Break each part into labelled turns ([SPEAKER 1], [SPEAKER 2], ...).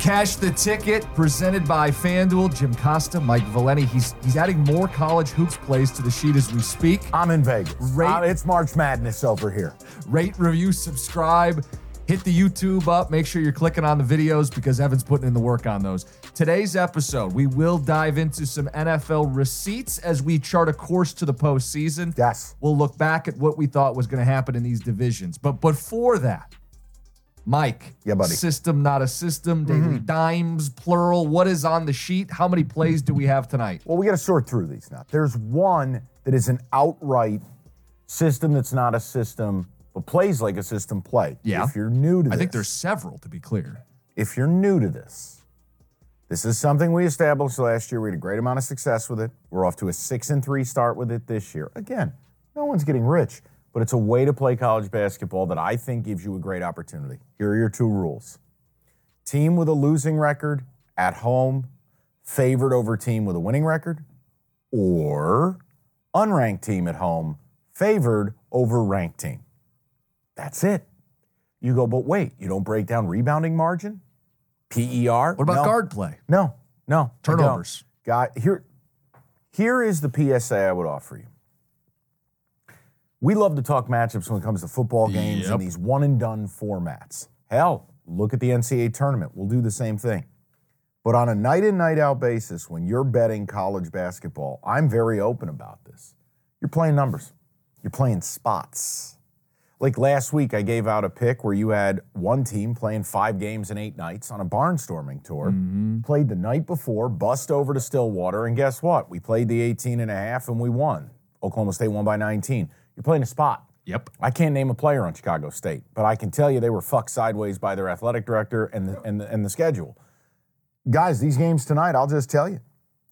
[SPEAKER 1] Cash the Ticket, presented by FanDuel. Jim Costa, Mike Valeni. He's he's adding more college hoops plays to the sheet as we speak.
[SPEAKER 2] I'm in Vegas.
[SPEAKER 1] Rate-
[SPEAKER 2] Uh, it's March Madness over here.
[SPEAKER 1] Rate, review, subscribe. Hit the YouTube up. Make sure you're clicking on the videos because Evan's putting in the work on those. Today's episode, we will dive into some NFL receipts as we chart a course to the postseason.
[SPEAKER 2] Yes.
[SPEAKER 1] We'll look back at what we thought was going to happen in these divisions. But before that, Mike,
[SPEAKER 2] Yeah, buddy. Mm-hmm.
[SPEAKER 1] System, not a system. Daily dimes, plural. What is on the sheet? How many plays do we have tonight?
[SPEAKER 2] Well, we got to sort through these now. There's one that is an outright system that's not a system, but plays like a system play.
[SPEAKER 1] Yeah.
[SPEAKER 2] If you're new to this,
[SPEAKER 1] I think there's several, to be clear.
[SPEAKER 2] if you're new to this, this is something we established last year. We had a great amount of success with it. We're off to a six and three start with it this year. Again, no one's getting rich, but it's a way to play college basketball that I think gives you a great opportunity. Here are your two rules: team with a losing record at home favored over team with a winning record, or unranked team at home favored over ranked team. That's it. You go, but wait, you don't break down rebounding margin, PER.
[SPEAKER 1] What about
[SPEAKER 2] No.
[SPEAKER 1] guard play?
[SPEAKER 2] No, no I don't.
[SPEAKER 1] Turnovers.
[SPEAKER 2] Guy, here, here is the PSA I would offer you. We love to talk matchups when it comes to football games
[SPEAKER 1] Yep.
[SPEAKER 2] and these one and done formats. Hell, look at the NCAA tournament. We'll do the same thing. But on a night in, night out basis, when you're betting college basketball, I'm very open about this. You're playing numbers, you're playing spots. Like last week, I gave out a pick where you had one team playing five games in eight nights on a barnstorming tour. Played the night before, bust over to Stillwater, and guess what? We played the 18 and a half and we won. Oklahoma State won by 19. You're playing a spot.
[SPEAKER 1] Yep.
[SPEAKER 2] I can't name a player on Chicago State, but I can tell you they were fucked sideways by their athletic director and the, and the, and the schedule. Guys, these games tonight, I'll just tell you.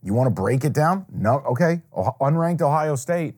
[SPEAKER 2] You want to break it down? No, okay. Oh- unranked Ohio State.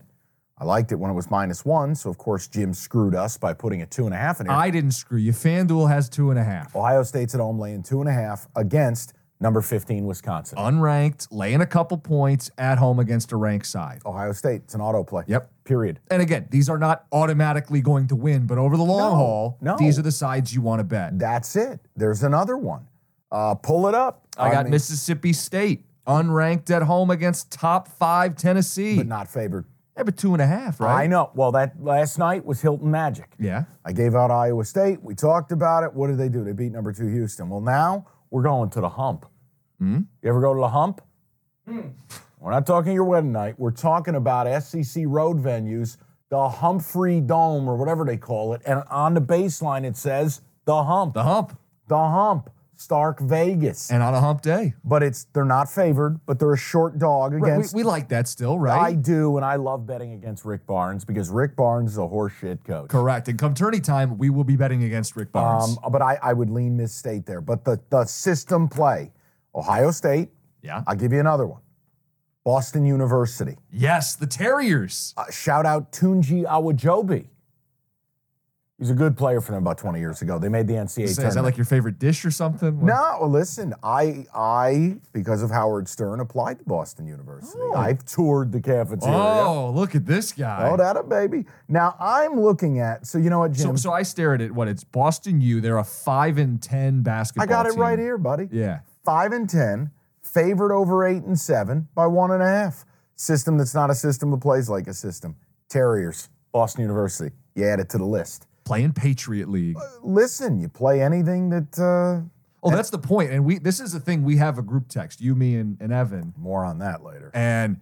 [SPEAKER 2] I liked it when it was minus one, so of course Jim screwed us by putting a two and a half in here.
[SPEAKER 1] I didn't screw you. FanDuel has two and a half.
[SPEAKER 2] Ohio State's at home laying two and a half against number 15 Wisconsin.
[SPEAKER 1] Unranked, laying a couple points at home against a ranked side.
[SPEAKER 2] Ohio State, it's an auto play.
[SPEAKER 1] Yep.
[SPEAKER 2] Period.
[SPEAKER 1] And again, these are not automatically going to win, but over the long
[SPEAKER 2] No,
[SPEAKER 1] haul,
[SPEAKER 2] no.
[SPEAKER 1] these are the sides you want to bet.
[SPEAKER 2] That's it. There's another one. Uh, pull it up.
[SPEAKER 1] I got
[SPEAKER 2] mean,
[SPEAKER 1] Mississippi State unranked at home against top five Tennessee.
[SPEAKER 2] but not favored.
[SPEAKER 1] yeah, but two and a half, right?
[SPEAKER 2] I know. Well, that last night was Hilton Magic.
[SPEAKER 1] Yeah.
[SPEAKER 2] I gave out Iowa State. We talked about it. What did they do? They beat number two Houston. Well, now we're going to the hump.
[SPEAKER 1] Hmm?
[SPEAKER 2] You ever go to the hump? Hmm. We're not talking your wedding night. We're talking about SEC road venues, the Humphrey Dome or whatever they call it. And on the baseline, it says the hump,
[SPEAKER 1] The hump.
[SPEAKER 2] the hump, Stark Vegas.
[SPEAKER 1] And on a hump day.
[SPEAKER 2] but it's they're not favored, but they're a short dog
[SPEAKER 1] Right,
[SPEAKER 2] against.
[SPEAKER 1] we, we like that still,
[SPEAKER 2] I
[SPEAKER 1] right?
[SPEAKER 2] do, and I love betting against Rick Barnes because Rick Barnes is a horseshit coach.
[SPEAKER 1] Correct. And come tourney time, we will be betting against Rick Barnes.
[SPEAKER 2] Um, but I, I would lean Miss State there. But the, the system play, Ohio State,
[SPEAKER 1] yeah.
[SPEAKER 2] I'll give you another one. Boston University.
[SPEAKER 1] yes, the Terriers.
[SPEAKER 2] Uh, shout out Tunji Awajobi. He's a good player for them about 20 years ago. They made the NCAA
[SPEAKER 1] Is,
[SPEAKER 2] tournament.
[SPEAKER 1] that like your favorite dish or something?
[SPEAKER 2] no, listen, I I because of Howard Stern applied to Boston University. I've toured the cafeteria.
[SPEAKER 1] Oh, look at this guy.
[SPEAKER 2] Oh, that a baby. Now I'm looking at. So you know what,
[SPEAKER 1] so,
[SPEAKER 2] Jim?
[SPEAKER 1] so I stare at it. What? It's Boston U. They're a five and ten basketball.
[SPEAKER 2] I got it
[SPEAKER 1] team.
[SPEAKER 2] right here, buddy.
[SPEAKER 1] Yeah.
[SPEAKER 2] five and ten, favored over eight and seven by one and a half. System that's not a system but plays like a system. Terriers, Boston University. You add it to the list.
[SPEAKER 1] Playing Patriot League.
[SPEAKER 2] Uh, Listen, you play anything that. Uh,
[SPEAKER 1] Oh, that's the point. And we this is the thing we have a group text, you, me, and, and Evan.
[SPEAKER 2] more on that later.
[SPEAKER 1] And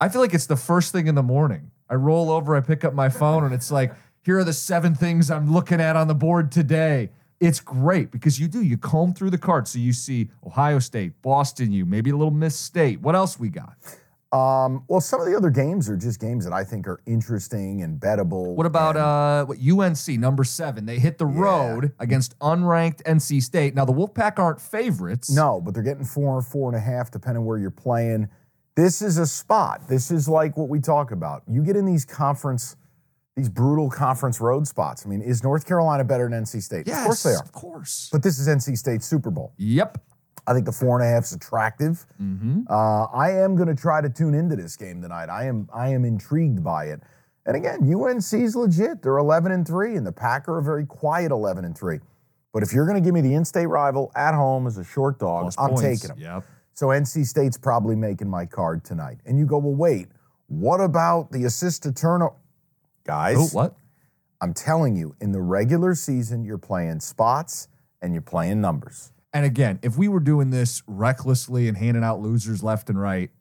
[SPEAKER 1] I feel like it's the first thing in the morning. I roll over, I pick up my phone, and it's like, here are the seven things I'm looking at on the board today. It's great because you do, you comb through the cards. So you see Ohio State, Boston, you, maybe a little Miss State. What else we got?
[SPEAKER 2] Um, well, some of the other games are just games that I think are interesting and bettable.
[SPEAKER 1] What about uh
[SPEAKER 2] and-
[SPEAKER 1] what UNC number seven? They hit the
[SPEAKER 2] Yeah.
[SPEAKER 1] road against unranked NC State. Now the Wolfpack aren't favorites.
[SPEAKER 2] No, but they're getting four or four and a half, depending where you're playing. This is a spot. This is like what we talk about. You get in these conference, these brutal conference road spots. I mean, is North Carolina better than NC State?
[SPEAKER 1] Yes,
[SPEAKER 2] Of course they are.
[SPEAKER 1] Of course.
[SPEAKER 2] But this is NC State's Super Bowl.
[SPEAKER 1] Yep.
[SPEAKER 2] I think the four and a half's attractive.
[SPEAKER 1] Mm-hmm.
[SPEAKER 2] Uh, I am going to try to tune into this game tonight. I am I am intrigued by it. And again, UNC's legit. They're 11 and 3 and the Packer are very quiet 11 and 3. But if you're going to give me the in-state rival at home as a short dog,
[SPEAKER 1] Plus
[SPEAKER 2] I'm
[SPEAKER 1] points.
[SPEAKER 2] taking them.
[SPEAKER 1] Yep.
[SPEAKER 2] So NC State's probably making my card tonight. And you go, "Well, wait. What about the assist to turnover?" Guys,
[SPEAKER 1] Oh, what?
[SPEAKER 2] I'm telling you, in the regular season, you're playing spots and you're playing numbers.
[SPEAKER 1] And again, if we were doing this recklessly and handing out losers left and right,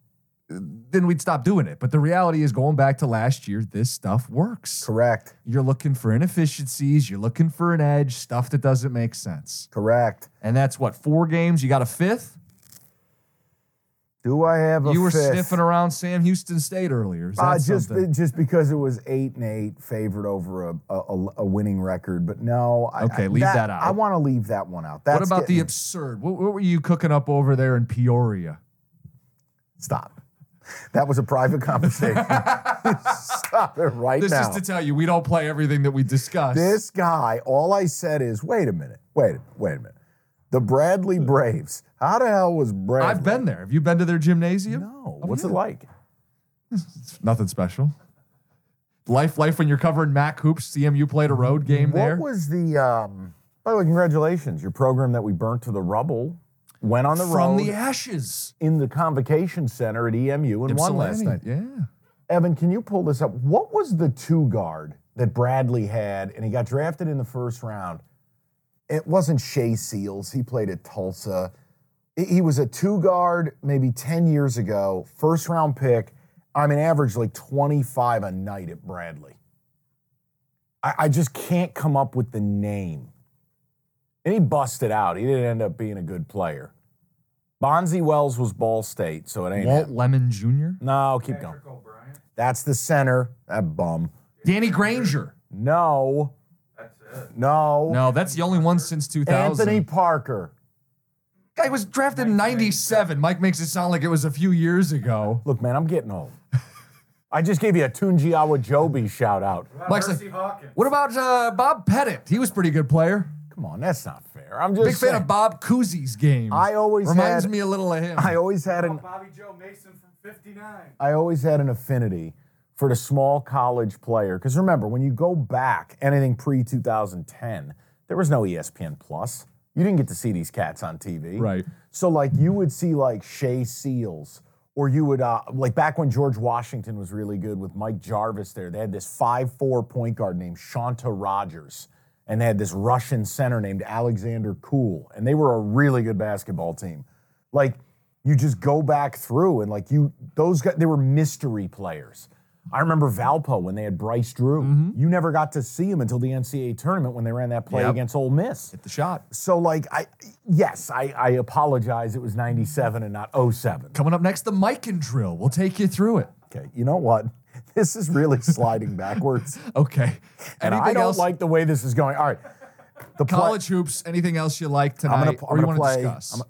[SPEAKER 1] then we'd stop doing it. But the reality is, going back to last year, this stuff works.
[SPEAKER 2] Correct.
[SPEAKER 1] You're looking for inefficiencies, you're looking for an edge, stuff that doesn't make sense.
[SPEAKER 2] Correct.
[SPEAKER 1] And that's what, four games? You got a fifth?
[SPEAKER 2] Do I have a
[SPEAKER 1] you were
[SPEAKER 2] fifth?
[SPEAKER 1] sniffing around Sam Houston State earlier. Is that
[SPEAKER 2] Uh, just
[SPEAKER 1] something?
[SPEAKER 2] just because it was eight and eight, favored over a a, a- a winning record. But no, I,
[SPEAKER 1] Okay,
[SPEAKER 2] I-
[SPEAKER 1] leave that out.
[SPEAKER 2] I want to leave that one out.
[SPEAKER 1] what
[SPEAKER 2] That's
[SPEAKER 1] about the
[SPEAKER 2] getting-
[SPEAKER 1] absurd? What, what were you cooking up over there in Peoria?
[SPEAKER 2] stop? That was a private conversation. stop it right
[SPEAKER 1] This
[SPEAKER 2] now.
[SPEAKER 1] is to tell you, we don't play everything that we discuss.
[SPEAKER 2] this guy, all I said is, wait a minute, wait, wait a minute. The Bradley Braves. How the hell was Bradley?
[SPEAKER 1] I've been there. Have you been to their gymnasium?
[SPEAKER 2] No.
[SPEAKER 1] Oh,
[SPEAKER 2] What's it
[SPEAKER 1] yeah.
[SPEAKER 2] like?
[SPEAKER 1] Nothing special. Life, life when you're covering Mac hoops. CMU played a road game
[SPEAKER 2] What
[SPEAKER 1] there.
[SPEAKER 2] was the? Um, by the way, congratulations! Your program that we burnt to the rubble went on the
[SPEAKER 1] From
[SPEAKER 2] road
[SPEAKER 1] the ashes.
[SPEAKER 2] in the convocation center at EMU and won last
[SPEAKER 1] Ypsilanti.
[SPEAKER 2] night.
[SPEAKER 1] Yeah.
[SPEAKER 2] Evan, can you pull this up? What was the two guard that Bradley had, and he got drafted in the first round? It wasn't Shea Seals. He played at Tulsa. He- He was a two guard maybe 10 years ago, first round pick. I mean, average like 25 a night at Bradley. I, I just can't come up with the name. And he busted out. He didn't end up being a good player. Bonzi Wells was Ball State, so it ain't.
[SPEAKER 1] Walt
[SPEAKER 2] him.
[SPEAKER 1] Lemon Jr.
[SPEAKER 2] No, keep going. That's the center. That bum.
[SPEAKER 1] Danny Granger.
[SPEAKER 2] No. That's it. No.
[SPEAKER 1] No, that's the only one since 2000.
[SPEAKER 2] Anthony Parker.
[SPEAKER 1] Guy was drafted in 97. Mike makes it sound like it was a few years ago.
[SPEAKER 2] Look, man, I'm getting old. I just gave you a Tunji Awajobi shout out.
[SPEAKER 1] Mike's like, what about uh, Bob Pettit? He was a pretty good player.
[SPEAKER 2] Come on, that's not fair. I'm just
[SPEAKER 1] Big fan
[SPEAKER 2] saying.
[SPEAKER 1] of Bob Cousy's game.
[SPEAKER 2] I always
[SPEAKER 1] reminds
[SPEAKER 2] had-
[SPEAKER 1] me a little of him.
[SPEAKER 2] I always had an
[SPEAKER 3] Bobby Joe Mason from 59.
[SPEAKER 2] I always had an affinity for the small college player. Because remember, when you go back anything pre 2010, there was no E ESPN Plus. You didn't get to see these cats on TV.
[SPEAKER 1] Right.
[SPEAKER 2] So, like, you would see, like, Shea Seals, or you would, uh, like, back when George Washington was really good with Mike Jarvis there, they had this 5'4 point guard named Shanta Rogers, and they had this Russian center named Alexander Cool, and they were a really good basketball team. Like, you just go back through, and, like, you, those guys, they were mystery players. I remember Valpo when they had Bryce Drew. You never got to see him until the NCAA tournament when they ran that play
[SPEAKER 1] Mm-hmm. Yep.
[SPEAKER 2] against Ole Miss.
[SPEAKER 1] Hit the shot.
[SPEAKER 2] So, like, I yes, I, I apologize. It was 97 and not 07.
[SPEAKER 1] Coming up next, the Mike and Drill. We'll take you through it.
[SPEAKER 2] Okay, you know what? This is really sliding backwards.
[SPEAKER 1] Okay.
[SPEAKER 2] And I
[SPEAKER 1] Anything
[SPEAKER 2] don't
[SPEAKER 1] else?
[SPEAKER 2] like the way this is going. All right. The play-
[SPEAKER 1] college hoops. Anything else you like tonight,
[SPEAKER 2] I'm gonna,
[SPEAKER 1] or
[SPEAKER 2] I'm
[SPEAKER 1] you want
[SPEAKER 2] gonna play.
[SPEAKER 1] to discuss?
[SPEAKER 2] I'm-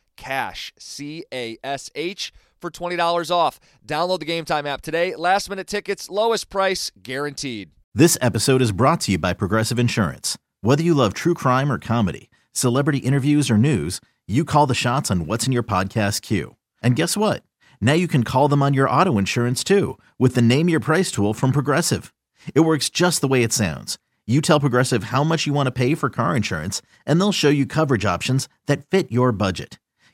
[SPEAKER 4] CASH, C A S H, for $20 off. Download the Game Time app today. Last minute tickets, lowest price guaranteed.
[SPEAKER 5] This episode is brought to you by Progressive Insurance. Whether you love true crime or comedy, celebrity interviews or news, you call the shots on what's in your podcast queue. And guess what? Now you can call them on your auto insurance too with the Name Your Price tool from Progressive. It works just the way it sounds. You tell Progressive how much you want to pay for car insurance, and they'll show you coverage options that fit your budget.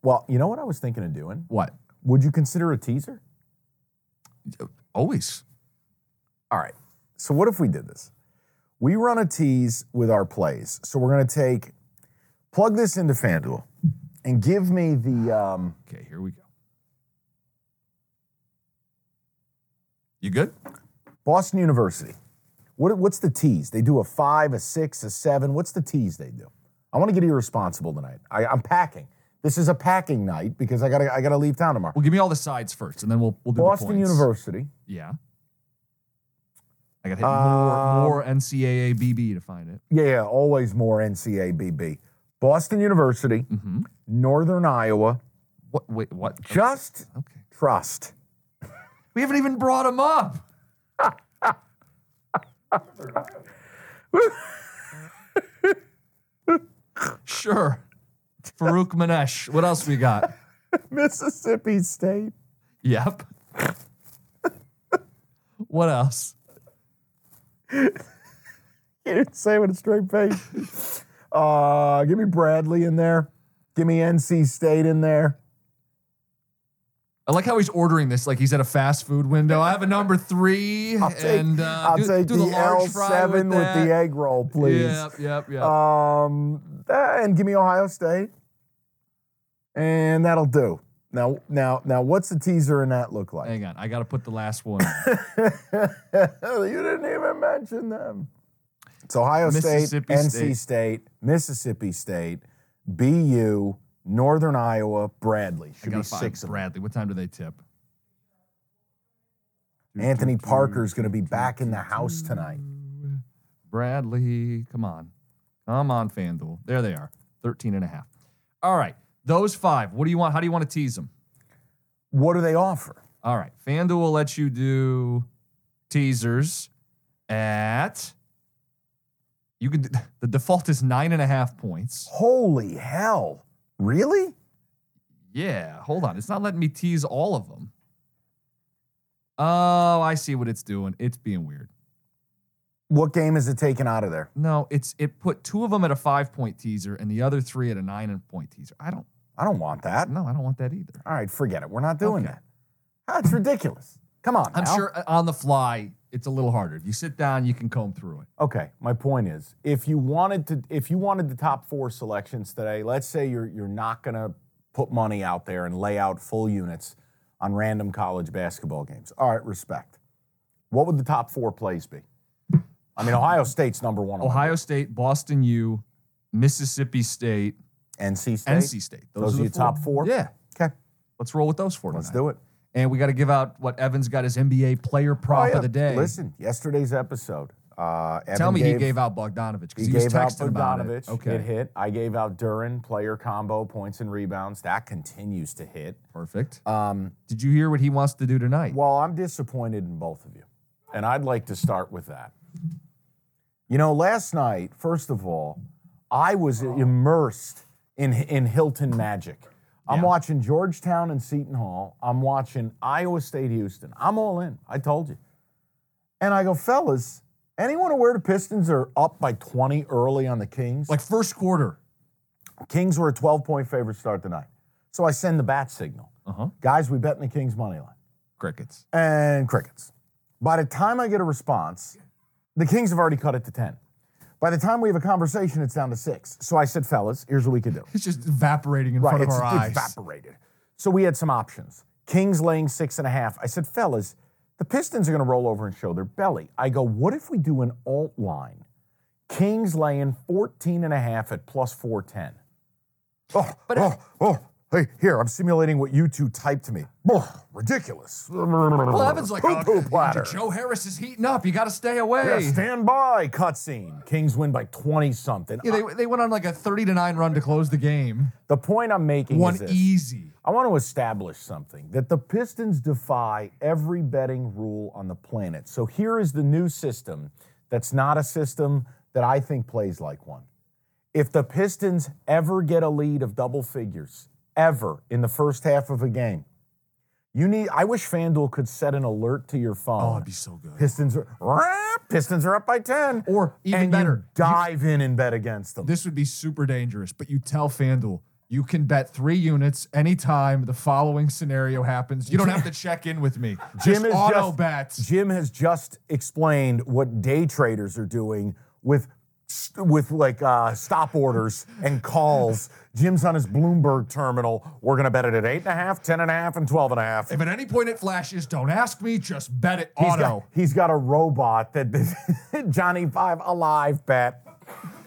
[SPEAKER 2] Well, you know what I was thinking of doing?
[SPEAKER 1] What?
[SPEAKER 2] Would you consider a teaser?
[SPEAKER 1] Always.
[SPEAKER 2] All right. So what if we did this? We run a tease with our plays. So we're going to take plug this into FanDuel and give me the um,
[SPEAKER 1] Okay, here we go. You good?
[SPEAKER 2] Boston University. What, what's the tease? They do a five, a six, a seven. What's the tease they do? I want to get irresponsible tonight. I, I'm packing. This is a packing night because I got to I got to leave town tomorrow.
[SPEAKER 1] Well, give me all the sides first, and then we'll we'll do the
[SPEAKER 2] Boston
[SPEAKER 1] points.
[SPEAKER 2] University.
[SPEAKER 1] Yeah. I got to hit
[SPEAKER 2] Um,
[SPEAKER 1] more more NCAA BB to find it.
[SPEAKER 2] Yeah, yeah, always more NCABB. Boston University,
[SPEAKER 1] Mm-hmm.
[SPEAKER 2] Northern Iowa.
[SPEAKER 1] What? Wait, what?
[SPEAKER 2] Just
[SPEAKER 1] Okay.
[SPEAKER 2] trust.
[SPEAKER 1] We haven't even brought him up. sure. Farouk Manesh. What else we got?
[SPEAKER 2] Mississippi State.
[SPEAKER 1] Yep. What else?
[SPEAKER 2] You didn't say it with a straight face. uh, give me Bradley in there. Give me NC State in there.
[SPEAKER 1] I like how he's ordering this like he's at a fast food window. I have a number 3
[SPEAKER 2] I'll take,
[SPEAKER 1] and uh,
[SPEAKER 2] I'll
[SPEAKER 1] do,
[SPEAKER 2] take
[SPEAKER 1] do
[SPEAKER 2] the,
[SPEAKER 1] large fry
[SPEAKER 2] L7 with, the
[SPEAKER 1] that.
[SPEAKER 2] egg roll, please. Uh,
[SPEAKER 1] Yep, yep, yep.
[SPEAKER 2] Um, uh, and give me Ohio State, and that'll do. Now, now, now, what's the teaser in that look like?
[SPEAKER 1] Hang on, I got to put the last one. in.
[SPEAKER 2] you didn't even mention them. It's Ohio State,
[SPEAKER 1] Mississippi
[SPEAKER 2] NC State, Mississippi State, BU, Northern Iowa, Bradley.
[SPEAKER 1] I
[SPEAKER 2] Should
[SPEAKER 1] got
[SPEAKER 2] be
[SPEAKER 1] to find
[SPEAKER 2] six of them.
[SPEAKER 1] Bradley. What time do they tip?
[SPEAKER 2] Anthony Parker's going to be back in the house tonight.
[SPEAKER 1] Bradley. Come on. Come on, FanDuel. There they are. 13 and a half. All right. Those five. What do you want? How do you want to tease them?
[SPEAKER 2] What do they offer?
[SPEAKER 1] All right. FanDuel lets you do teasers at you could the default is nine and a half points.
[SPEAKER 2] Holy hell! Really?
[SPEAKER 1] Yeah, hold on. It's not letting me tease all of them. Oh, I see what it's doing. It's being weird.
[SPEAKER 2] What game is it taking out of there?
[SPEAKER 1] No, it's it put two of them at a five point teaser and the other three at a nine point teaser. I don't.
[SPEAKER 2] I don't want that.
[SPEAKER 1] No, I don't want that either.
[SPEAKER 2] All right, forget it. We're not doing that. That's ridiculous. Come on.
[SPEAKER 1] I'm
[SPEAKER 2] Al.
[SPEAKER 1] sure uh, on the fly it's a little harder. If you sit down, you can comb through it.
[SPEAKER 2] Okay, my point is, if you wanted to, if you wanted the top four selections today, let's say you're you're not gonna put money out there and lay out full units on random college basketball games. All right, respect. What would the top four plays be? I mean, Ohio State's number one. on
[SPEAKER 1] Ohio State, Boston U, Mississippi State,
[SPEAKER 2] NC State.
[SPEAKER 1] NC State.
[SPEAKER 2] Those, are
[SPEAKER 1] the
[SPEAKER 2] your top four.
[SPEAKER 1] Yeah.
[SPEAKER 2] Okay.
[SPEAKER 1] Let's roll with those four.
[SPEAKER 2] Let's
[SPEAKER 1] tonight.
[SPEAKER 2] do it.
[SPEAKER 1] And we got to give out what Evans got his NBA player prop
[SPEAKER 2] Oh, yeah.
[SPEAKER 1] of the day.
[SPEAKER 2] Listen, yesterday's episode. Uh, Evan
[SPEAKER 1] Tell me he gave out Bogdanovich because
[SPEAKER 2] He,
[SPEAKER 1] he,
[SPEAKER 2] gave
[SPEAKER 1] was
[SPEAKER 2] out
[SPEAKER 1] texting about it.
[SPEAKER 2] Bogdanovich. It hit. I gave out Duran player combo points and rebounds. That continues to hit.
[SPEAKER 1] Perfect.
[SPEAKER 2] Um,
[SPEAKER 1] Did you hear what he wants to do tonight?
[SPEAKER 2] well, I'm disappointed in both of you, and I'd like to start with that. You know, last night, first of all, I was
[SPEAKER 1] Oh.
[SPEAKER 2] immersed in in Hilton magic. I'm watching Georgetown and Seton Hall. I'm watching Iowa State, Houston. I'm all in. I told you. And I go, fellas, anyone aware the Pistons are up by 20 early on the Kings?
[SPEAKER 1] Like first quarter.
[SPEAKER 2] Kings were a 12 point favorite start tonight. So I send the bat signal.
[SPEAKER 1] Uh-huh.
[SPEAKER 2] Guys, we bet in the Kings money line
[SPEAKER 1] Crickets.
[SPEAKER 2] and crickets. By the time I get a response, the Kings have already cut it to 10. By the time we have a conversation, it's down to six. So I said, fellas, here's what we could do.
[SPEAKER 1] It's just evaporating in front of
[SPEAKER 2] it's,
[SPEAKER 1] our eyes.
[SPEAKER 2] it's evaporated. So we had some options. Kings laying six and a half. I said, fellas, the Pistons are going to roll over and show their belly. I go, what if we do an alt line? Kings laying 14 and a half at plus 410. Oh, oh, oh. Hey, here, I'm simulating what you two typed to me. Oh, ridiculous.
[SPEAKER 1] Well, Evan's like,
[SPEAKER 2] Poo-poo
[SPEAKER 1] oh,
[SPEAKER 2] platter.
[SPEAKER 1] Joe Harris is heating up. You got to stay away.
[SPEAKER 2] Yeah, stand by cutscene. Kings win by 20 something.
[SPEAKER 1] Yeah, they, they went on like a 30 to 9 run to close the game.
[SPEAKER 2] the point I'm making
[SPEAKER 1] One
[SPEAKER 2] is this.
[SPEAKER 1] easy.
[SPEAKER 2] I want to establish something that the Pistons defy every betting rule on the planet. So here is the new system that's not a system that I think plays like one. If the Pistons ever get a lead of double figures, ever in the first half of a game, you need. I wish FanDuel could set an alert to your phone.
[SPEAKER 1] Oh, it'd be so good.
[SPEAKER 2] Pistons are Pistons are up by ten,
[SPEAKER 1] Or even
[SPEAKER 2] and you
[SPEAKER 1] better, you-
[SPEAKER 2] dive in and bet against them.
[SPEAKER 1] This would be super dangerous, but you tell FanDuel you can bet three units anytime the following scenario happens. You don't have to check in with me. Just
[SPEAKER 2] is
[SPEAKER 1] auto
[SPEAKER 2] just-
[SPEAKER 1] bets.
[SPEAKER 2] Jim has just explained what day traders are doing with with like uh, stop orders and calls. Jim's on his Bloomberg terminal. We're gonna bet it at eight and a half, ten and a half, and twelve and a half.
[SPEAKER 1] If at any point it flashes, don't ask me. Just bet it
[SPEAKER 2] He's
[SPEAKER 1] auto.
[SPEAKER 2] got, he's got a robot that Johnny Five alive bet.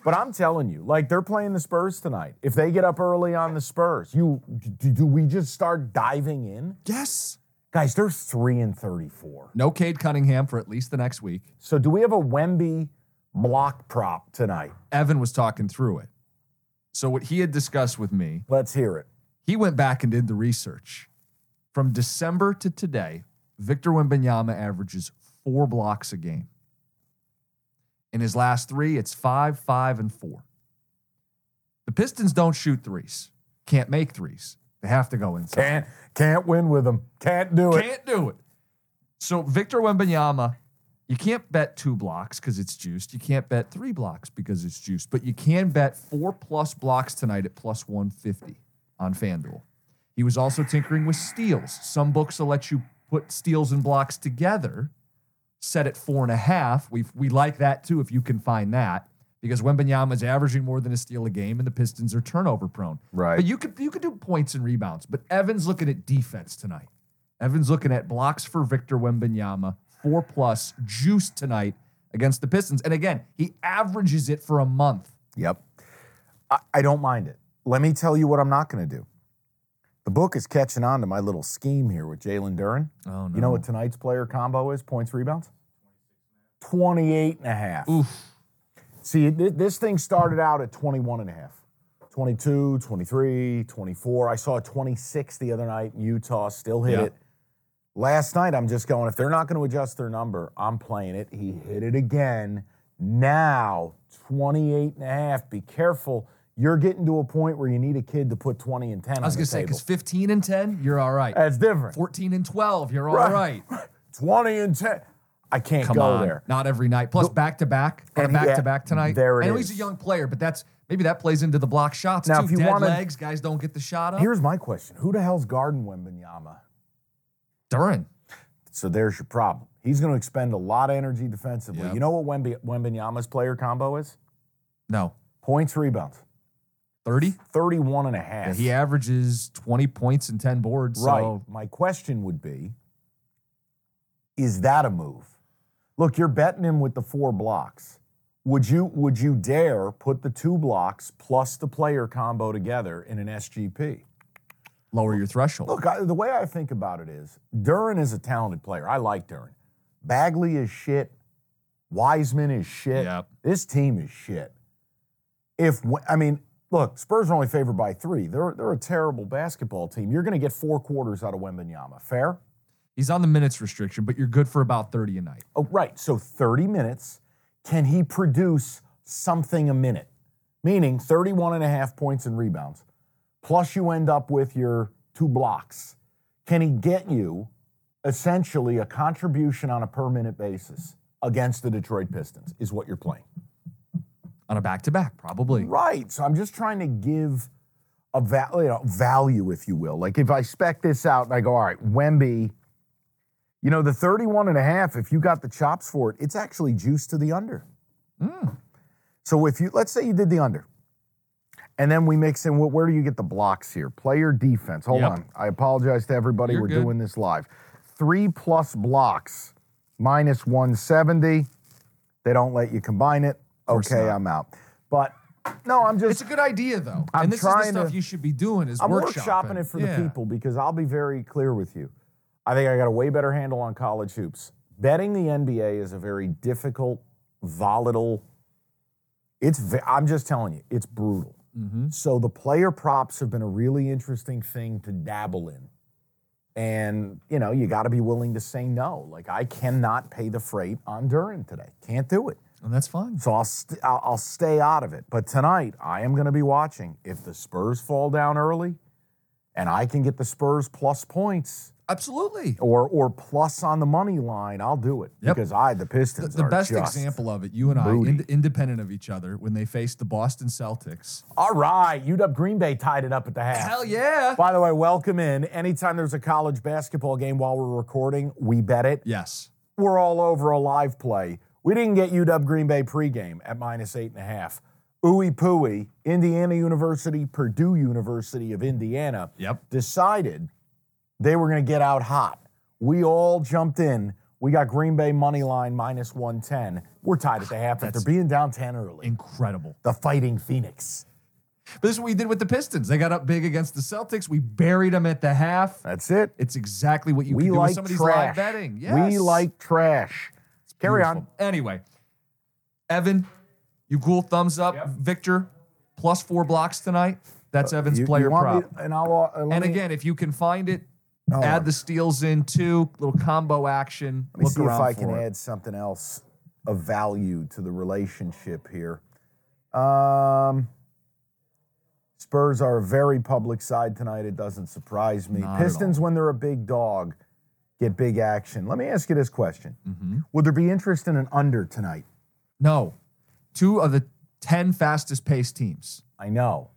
[SPEAKER 2] But I'm telling you, like they're playing the Spurs tonight. If they get up early on the Spurs, you do, do we just start diving in?
[SPEAKER 1] yes.
[SPEAKER 2] Guys, they're three and thirty-four.
[SPEAKER 1] No Cade Cunningham for at least the next week.
[SPEAKER 2] So do we have a Wemby block prop tonight?
[SPEAKER 1] Evan was talking through it. So what he had discussed with me,
[SPEAKER 2] Let's hear it.
[SPEAKER 1] he went back and did the research. From December to today, Victor Wembanyama averages four blocks a game. In his last three, it's five, five, and four. The Pistons don't shoot threes. Can't make threes. They have to go inside.
[SPEAKER 2] Can't can't win with them. Can't do it.
[SPEAKER 1] Can't do it. So Victor Wembanyama, you can't bet two blocks because it's juiced. You can't bet three blocks because it's juiced. But you can bet four plus blocks tonight at plus 150 on FanDuel. He was also tinkering with steals. Some books will let you put steals and blocks together, set at four and a half. We we like that too if you can find that because Wembanyama is averaging more than a steal a game, and the Pistons are turnover prone.
[SPEAKER 2] Right.
[SPEAKER 1] But you could you could do points and rebounds. But Evans looking at defense tonight. Evans looking at blocks for Victor Wembanyama, four plus juice tonight against the Pistons. And again, he averages it for a month.
[SPEAKER 2] Yep. I, I don't mind it. Let me tell you what I'm not going to do. The book is catching on to my little scheme here with Jalen Duran.
[SPEAKER 1] Oh
[SPEAKER 2] You know what tonight's player combo is? Points, rebounds? 28 and a half. See, th- this thing started out at 21 and a half. 22, 23, 24. I saw a 26 the other night in Utah, still hit
[SPEAKER 1] Yeah.
[SPEAKER 2] it. Last night, I'm just going, if they're not going to adjust their number, I'm playing it. He hit it again. Now, 28 and a half. Be careful. You're getting to a point where you need a kid to put 20 and 10
[SPEAKER 1] I was
[SPEAKER 2] on the
[SPEAKER 1] gonna say
[SPEAKER 2] table.
[SPEAKER 1] because 15 and 10, you're all right.
[SPEAKER 2] That's different.
[SPEAKER 1] 14 and 12, you're all
[SPEAKER 2] Right.
[SPEAKER 1] right.
[SPEAKER 2] 20 and 10. I can't
[SPEAKER 1] Come
[SPEAKER 2] go
[SPEAKER 1] on.
[SPEAKER 2] there.
[SPEAKER 1] Not every night. Plus back to back. Got a
[SPEAKER 2] And he-
[SPEAKER 1] back to back tonight.
[SPEAKER 2] there it
[SPEAKER 1] I know he's a
[SPEAKER 2] is.
[SPEAKER 1] young player, but that's maybe that plays into the block shots
[SPEAKER 2] Now,
[SPEAKER 1] too.
[SPEAKER 2] if you
[SPEAKER 1] Dead
[SPEAKER 2] wanna-
[SPEAKER 1] legs, guys don't get the shot up.
[SPEAKER 2] Here's my question Who the hell's guarding Wembenyama?
[SPEAKER 1] Durin.
[SPEAKER 2] So there's your problem. He's going to expend a lot of energy defensively.
[SPEAKER 1] Yep.
[SPEAKER 2] You know what Wemby, Wembenyama's player combo is?
[SPEAKER 1] No.
[SPEAKER 2] Points, rebounds.
[SPEAKER 1] 30?
[SPEAKER 2] 31 and a half.
[SPEAKER 1] Yeah, he averages 20 points and 10 boards.
[SPEAKER 2] Right.
[SPEAKER 1] So
[SPEAKER 2] My question would be is that a move? Look, you're betting him with the four blocks. Would you would you dare put the two blocks plus the player combo together in an SGP?
[SPEAKER 1] lower your threshold.
[SPEAKER 2] Look, I, the way I think about it is Duran is a talented player. I like Duran. Bagley is shit. Wiseman is shit.
[SPEAKER 1] Yep.
[SPEAKER 2] This team is shit. If w- I mean, look, Spurs are only favored by three. They're they're a terrible basketball team. You're going to get four quarters out of Wembenyama. Fair?
[SPEAKER 1] He's on the minutes restriction, but you're good for about 30 a night.
[SPEAKER 2] Oh, right. So 30 minutes. Can he produce something a minute? Meaning 31 and a half points and rebounds. Plus, you end up with your two blocks. Can he get you essentially a contribution on a per minute basis against the Detroit Pistons? Is what you're playing.
[SPEAKER 1] On a back to back, probably.
[SPEAKER 2] Right. So I'm just trying to give a va- you know, value, if you will. Like if I spec this out and I go, all right, Wemby, you know, the 31 and a half, if you got the chops for it, it's actually juiced to the under. Mm. So if you, let's say you did the under. And then we mix in, what, where do you get the blocks here? Player defense. Hold
[SPEAKER 1] Yep.
[SPEAKER 2] on. I apologize to everybody.
[SPEAKER 1] You're
[SPEAKER 2] We're
[SPEAKER 1] good.
[SPEAKER 2] doing this live. Three plus blocks, minus 170. They don't let you combine it.
[SPEAKER 1] course
[SPEAKER 2] Okay,
[SPEAKER 1] not.
[SPEAKER 2] I'm out. But no, I'm just
[SPEAKER 1] It's a good idea, though.
[SPEAKER 2] I'm
[SPEAKER 1] and this is the
[SPEAKER 2] trying
[SPEAKER 1] stuff
[SPEAKER 2] to-
[SPEAKER 1] you should be doing is
[SPEAKER 2] I'm
[SPEAKER 1] workshopping.
[SPEAKER 2] workshopping it for
[SPEAKER 1] Yeah.
[SPEAKER 2] the people because I'll be very clear with you. I think I got a way better handle on college hoops. Betting the NBA is a very difficult, volatile. It's ve- I'm just telling you, it's brutal. So the player props have been a really interesting thing to dabble in. And you know, you got to be willing to say no. Like I cannot pay the freight on Duran today. Can't do it.
[SPEAKER 1] And that's fine.
[SPEAKER 2] So I'll, st- I'll I'll stay out of it. But tonight I am going to be watching. If the Spurs fall down early, and I can get the Spurs plus points
[SPEAKER 1] Absolutely.
[SPEAKER 2] or or plus on the money line, I'll do it
[SPEAKER 1] Yep.
[SPEAKER 2] because I
[SPEAKER 1] The,
[SPEAKER 2] the Pistons
[SPEAKER 1] the
[SPEAKER 2] are
[SPEAKER 1] best
[SPEAKER 2] just-
[SPEAKER 1] example of it, you and I,
[SPEAKER 2] booty.
[SPEAKER 1] ind- independent of each other, when they faced the Boston Celtics.
[SPEAKER 2] All right, UW Green Bay tied it up at the half.
[SPEAKER 1] Hell yeah.
[SPEAKER 2] By the way, welcome in. Anytime there's a college basketball game while we're recording, we bet it.
[SPEAKER 1] Yes.
[SPEAKER 2] We're all over a live play. We didn't get UW Green Bay pregame at minus eight and a half. Ooey Pooey, Indiana University, Purdue University of Indiana
[SPEAKER 1] Yep.
[SPEAKER 2] decided they were going to get out hot. We all jumped in. We got Green Bay money line minus 110. We're tied at the half after
[SPEAKER 1] That's-
[SPEAKER 2] being down 10 early.
[SPEAKER 1] Incredible.
[SPEAKER 2] the Fighting Phoenix.
[SPEAKER 1] But this is what we did with the Pistons. They got up big against the Celtics. We buried them at the half.
[SPEAKER 2] That's it.
[SPEAKER 1] It's exactly what you
[SPEAKER 2] we
[SPEAKER 1] can do
[SPEAKER 2] like
[SPEAKER 1] with somebody's
[SPEAKER 2] trash.
[SPEAKER 1] live betting. Yes.
[SPEAKER 2] We like trash. Carry on.
[SPEAKER 1] Beautiful. Anyway, Evan, you cool thumbs up. Victor, plus four blocks tonight. That's Evan's
[SPEAKER 2] Uh, You-
[SPEAKER 1] player
[SPEAKER 2] you want me
[SPEAKER 1] prop.
[SPEAKER 2] to- and I'll, uh, let
[SPEAKER 1] and
[SPEAKER 2] me-
[SPEAKER 1] again, if you can find it,
[SPEAKER 2] Hold
[SPEAKER 1] add
[SPEAKER 2] on.
[SPEAKER 1] the steals in too. Little combo action.
[SPEAKER 2] Let me
[SPEAKER 1] Look
[SPEAKER 2] see
[SPEAKER 1] around
[SPEAKER 2] if I
[SPEAKER 1] for
[SPEAKER 2] can
[SPEAKER 1] it.
[SPEAKER 2] add something else of value to the relationship here. Um, Spurs are a very public side tonight. It doesn't surprise me.
[SPEAKER 1] Not at
[SPEAKER 2] Pistons, when they're a big dog, get big action. Let me ask you this question
[SPEAKER 1] Mm-hmm.
[SPEAKER 2] Would there be interest in an under tonight?
[SPEAKER 1] No, two of the ten fastest paced teams.
[SPEAKER 2] I know.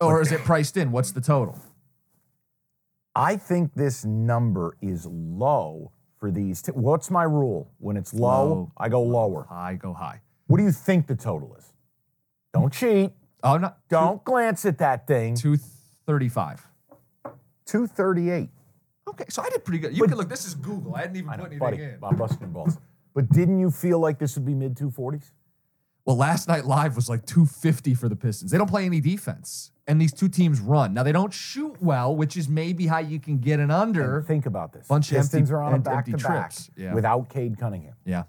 [SPEAKER 1] Or is it priced in? What's the total?
[SPEAKER 2] I think this number is low for these. T- What's my rule? When it's low,
[SPEAKER 1] Low,
[SPEAKER 2] I go lower.
[SPEAKER 1] High, go high.
[SPEAKER 2] What do you think the total is? Don't cheat.
[SPEAKER 1] Oh, no,
[SPEAKER 2] Don't glance at that thing.
[SPEAKER 1] two thirty-five.
[SPEAKER 2] 238.
[SPEAKER 1] Okay, so I did pretty good. You can look. This is Google. I hadn't even
[SPEAKER 2] I
[SPEAKER 1] put
[SPEAKER 2] know,
[SPEAKER 1] anything
[SPEAKER 2] buddy.
[SPEAKER 1] in.
[SPEAKER 2] I'm busting your balls. But didn't you feel like this would be mid 240s?
[SPEAKER 1] Well, last night live was like 250 for the Pistons. They don't play any defense, and these two teams run. Now they don't shoot well, which is maybe how you can get an under.
[SPEAKER 2] And think about this.
[SPEAKER 1] Bunch of empty-
[SPEAKER 2] Pistons are on a
[SPEAKER 1] em-
[SPEAKER 2] back
[SPEAKER 1] empty
[SPEAKER 2] to back
[SPEAKER 1] trips. Yeah.
[SPEAKER 2] without Cade Cunningham.
[SPEAKER 1] yeah,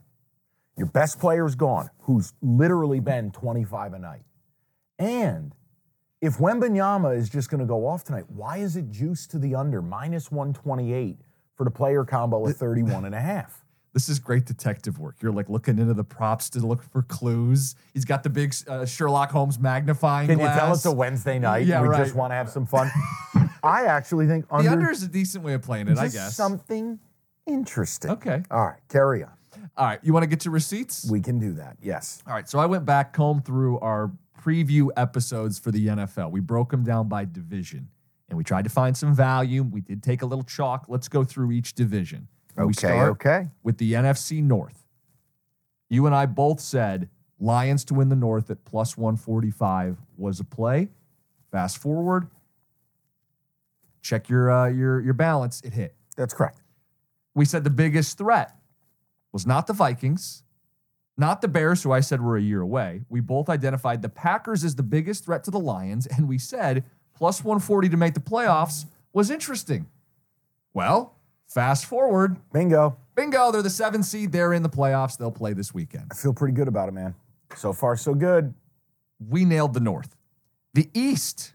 [SPEAKER 2] Your best player's gone, who's literally been 25 a night. And if Wembenyama is just going to go off tonight, why is it juiced to the under minus 128 for the player combo at 31 and a half?
[SPEAKER 1] this is great detective work. You're like looking into the props to look for clues. He's got the big uh, Sherlock Holmes magnifying
[SPEAKER 2] Can you
[SPEAKER 1] glass.
[SPEAKER 2] tell it's a Wednesday night?
[SPEAKER 1] Yeah,
[SPEAKER 2] we
[SPEAKER 1] right.
[SPEAKER 2] just want to have some fun. I actually think
[SPEAKER 1] the
[SPEAKER 2] under
[SPEAKER 1] under is a decent way of playing it, I
[SPEAKER 2] just
[SPEAKER 1] guess.
[SPEAKER 2] something Interesting.
[SPEAKER 1] Okay.
[SPEAKER 2] All right, carry on.
[SPEAKER 1] All right, you want to get your receipts?
[SPEAKER 2] We can do that. Yes.
[SPEAKER 1] All right, so I went back, combed through our preview episodes for the NFL. We broke them down by division and we tried to find some value. We did take a little chalk. Let's go through each division. And we
[SPEAKER 2] Okay, okay.
[SPEAKER 1] With the NFC North. You and I both said Lions to win the North at plus 145 was a play. Fast forward, check your uh, your your balance. It hit.
[SPEAKER 2] That's correct.
[SPEAKER 1] We said the biggest threat was not the Vikings, not the Bears, who I said were a year away. We both identified the Packers as the biggest threat to the Lions, and we said plus 140 to make the playoffs was interesting. Well, fast forward,
[SPEAKER 2] Bingo.
[SPEAKER 1] bingo, they're the seven seed. They're in the playoffs. They'll play this weekend.
[SPEAKER 2] I feel pretty good about it, man. So far, so good.
[SPEAKER 1] We nailed the North. The East,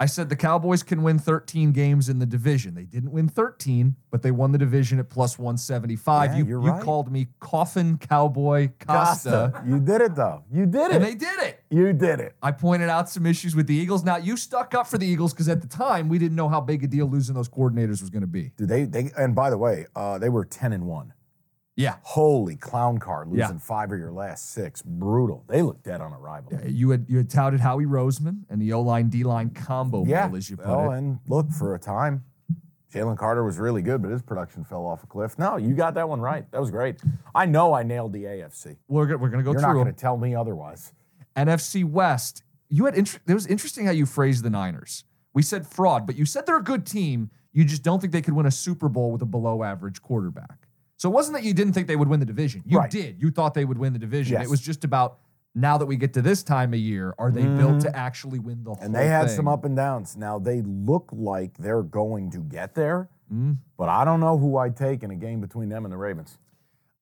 [SPEAKER 1] I said the Cowboys can win 13 games in the division. They didn't win 13, but they won the division at plus 175.
[SPEAKER 2] Yeah,
[SPEAKER 1] you
[SPEAKER 2] you're
[SPEAKER 1] you
[SPEAKER 2] right.
[SPEAKER 1] called me Coffin Cowboy Costa.
[SPEAKER 2] You did it, though. You did
[SPEAKER 1] and
[SPEAKER 2] it.
[SPEAKER 1] they did it.
[SPEAKER 2] you did it.
[SPEAKER 1] I pointed out some issues with the Eagles. Now you stuck up for the Eagles because at the time we didn't know how big a deal losing those coordinators was going to be.
[SPEAKER 2] Dude, they, they, and by the way, uh, they were 10 and 1.
[SPEAKER 1] Yeah,
[SPEAKER 2] Holy clown car, losing
[SPEAKER 1] Yeah.
[SPEAKER 2] five of your last six. Brutal. They look dead on arrival.
[SPEAKER 1] you had you had touted Howie Roseman and the O line D line combo
[SPEAKER 2] Yeah. Oh,
[SPEAKER 1] meal, as you put
[SPEAKER 2] well,
[SPEAKER 1] it.
[SPEAKER 2] and look, for a time, Jalen Carter was really good, but his production fell off a cliff. No, you got that one right. That was great. I know I nailed the AFC.
[SPEAKER 1] We're go- we're going to go
[SPEAKER 2] You're not
[SPEAKER 1] through
[SPEAKER 2] going to
[SPEAKER 1] 'em.
[SPEAKER 2] tell me otherwise.
[SPEAKER 1] NFC West. You had inter- it was interesting how you phrased the Niners. We said fraud, but you said they're a good team. You just don't think they could win a Super Bowl with a below average quarterback. So it wasn't that you didn't think they would win the division. You
[SPEAKER 2] Right.
[SPEAKER 1] did. You thought they would win the division.
[SPEAKER 2] Yes.
[SPEAKER 1] It was just about now that we get to this time of year, are they built to actually win the whole
[SPEAKER 2] Mm-hmm. And they had
[SPEAKER 1] thing?
[SPEAKER 2] some up and downs. Now they look like they're going to get there, but I don't know who I'd take in a game between them and the Ravens.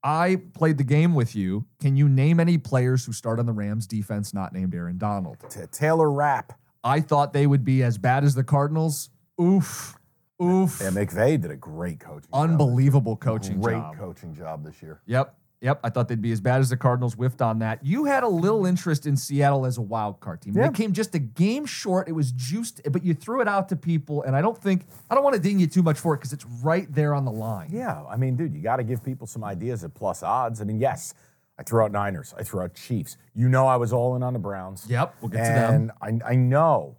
[SPEAKER 1] I played the game with you. Can you name any players who start on the Rams defense not named Aaron Donald?
[SPEAKER 2] T- Taylor Rapp.
[SPEAKER 1] I thought they would be as bad as the Cardinals. Oof. Oof.
[SPEAKER 2] Yeah, McVay did a great coaching job.
[SPEAKER 1] Unbelievable coaching
[SPEAKER 2] Great
[SPEAKER 1] job.
[SPEAKER 2] coaching job this year.
[SPEAKER 1] Yep. Yep. I thought they'd be as bad as the Cardinals whiffed on that. You had a little interest in Seattle as a wild card team.
[SPEAKER 2] Yeah.
[SPEAKER 1] They came just a game short. It was juiced, but you threw it out to people. And I don't think, I don't want to ding you too much for it because it's right there on the line.
[SPEAKER 2] Yeah, I mean, dude, you got to give people some ideas at plus odds. I mean, yes, I threw out Niners, I threw out Chiefs. You know, I was all in on the Browns.
[SPEAKER 1] Yep, we'll get to
[SPEAKER 2] and I, I know,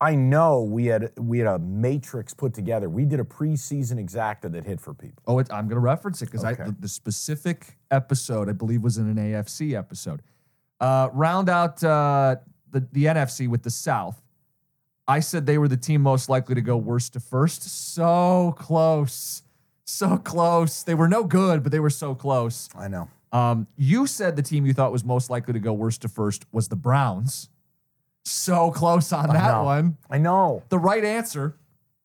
[SPEAKER 2] I know, we had we had a matrix put together. We did a preseason exacta that hit for people.
[SPEAKER 1] Oh, it, I'm going to reference it because
[SPEAKER 2] Okay.
[SPEAKER 1] I the, the specific episode I believe was in an AFC episode. Uh, round out uh, the the NFC with the South. I said they were the team most likely to go worst to first. So close, so close. They were no good, but they were so close.
[SPEAKER 2] I know.
[SPEAKER 1] Um, you said the team you thought was most likely to go worst to first was the Browns. So close on
[SPEAKER 2] I
[SPEAKER 1] that
[SPEAKER 2] know.
[SPEAKER 1] one.
[SPEAKER 2] I know.
[SPEAKER 1] The right answer,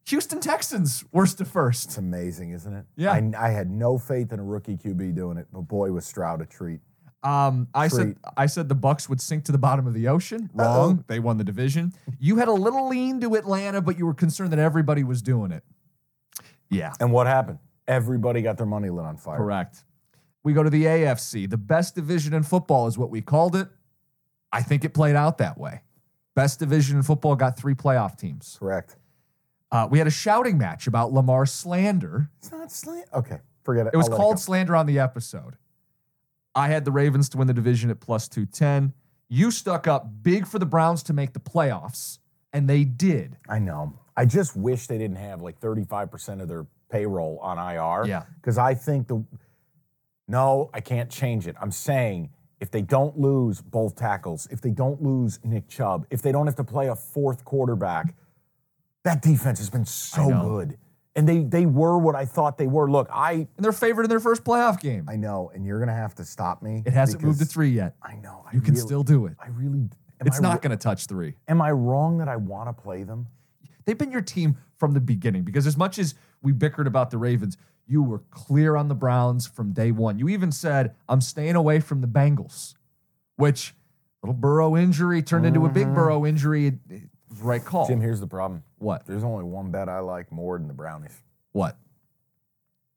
[SPEAKER 1] Houston Texans worst to first.
[SPEAKER 2] It's amazing, isn't it?
[SPEAKER 1] Yeah.
[SPEAKER 2] I, I had no faith in a rookie QB doing it, but boy, was Stroud a treat.
[SPEAKER 1] Um, I
[SPEAKER 2] Treat.
[SPEAKER 1] said I said the Bucks would sink to the bottom of the ocean. Wrong.
[SPEAKER 2] Uh-oh.
[SPEAKER 1] They won the division. You had a little lean to Atlanta, but you were concerned that everybody was doing it. Yeah,
[SPEAKER 2] And what happened? Everybody got their money lit on fire.
[SPEAKER 1] correct. We go to the AFC. The best division in football is what we called it. I think it played out that way. Best division in football got three playoff teams.
[SPEAKER 2] Correct.
[SPEAKER 1] Uh, we had a shouting match about Lamar slander.
[SPEAKER 2] It's not slant. Okay, forget it.
[SPEAKER 1] It was
[SPEAKER 2] I'll let
[SPEAKER 1] called
[SPEAKER 2] go.
[SPEAKER 1] slander on the episode. I had the Ravens to win the division at plus 210. You stuck up big for the Browns to make the playoffs, and they did.
[SPEAKER 2] I know. I just wish they didn't have like 35% of their payroll on IR.
[SPEAKER 1] Yeah.
[SPEAKER 2] Because I think the. No, I can't change it. I'm saying if they don't lose both tackles, if they don't lose Nick Chubb, if they don't have to play a fourth quarterback, that defense has been so
[SPEAKER 1] know.
[SPEAKER 2] good. And they they were what I thought they were. Look, I
[SPEAKER 1] And they're favored in their first playoff game.
[SPEAKER 2] I know, and you're gonna have to stop me.
[SPEAKER 1] It hasn't moved to
[SPEAKER 2] because
[SPEAKER 1] three yet.
[SPEAKER 2] I know. I
[SPEAKER 1] You can
[SPEAKER 2] really-
[SPEAKER 1] still do it.
[SPEAKER 2] I really. Am
[SPEAKER 1] It's
[SPEAKER 2] I,
[SPEAKER 1] not going to touch three.
[SPEAKER 2] Am I wrong that I want to play them?
[SPEAKER 1] They've been your team from the beginning because, as much as we bickered about the Ravens, you were clear on the Browns from day one. You even said, I'm staying away from the Bengals, which little burrow injury turned into a
[SPEAKER 2] Mm-hmm.
[SPEAKER 1] big burrow injury. It- it- Right call.
[SPEAKER 2] Jim, here's the problem.
[SPEAKER 1] What?
[SPEAKER 2] There's only one bet I like more than the brownies.
[SPEAKER 1] What?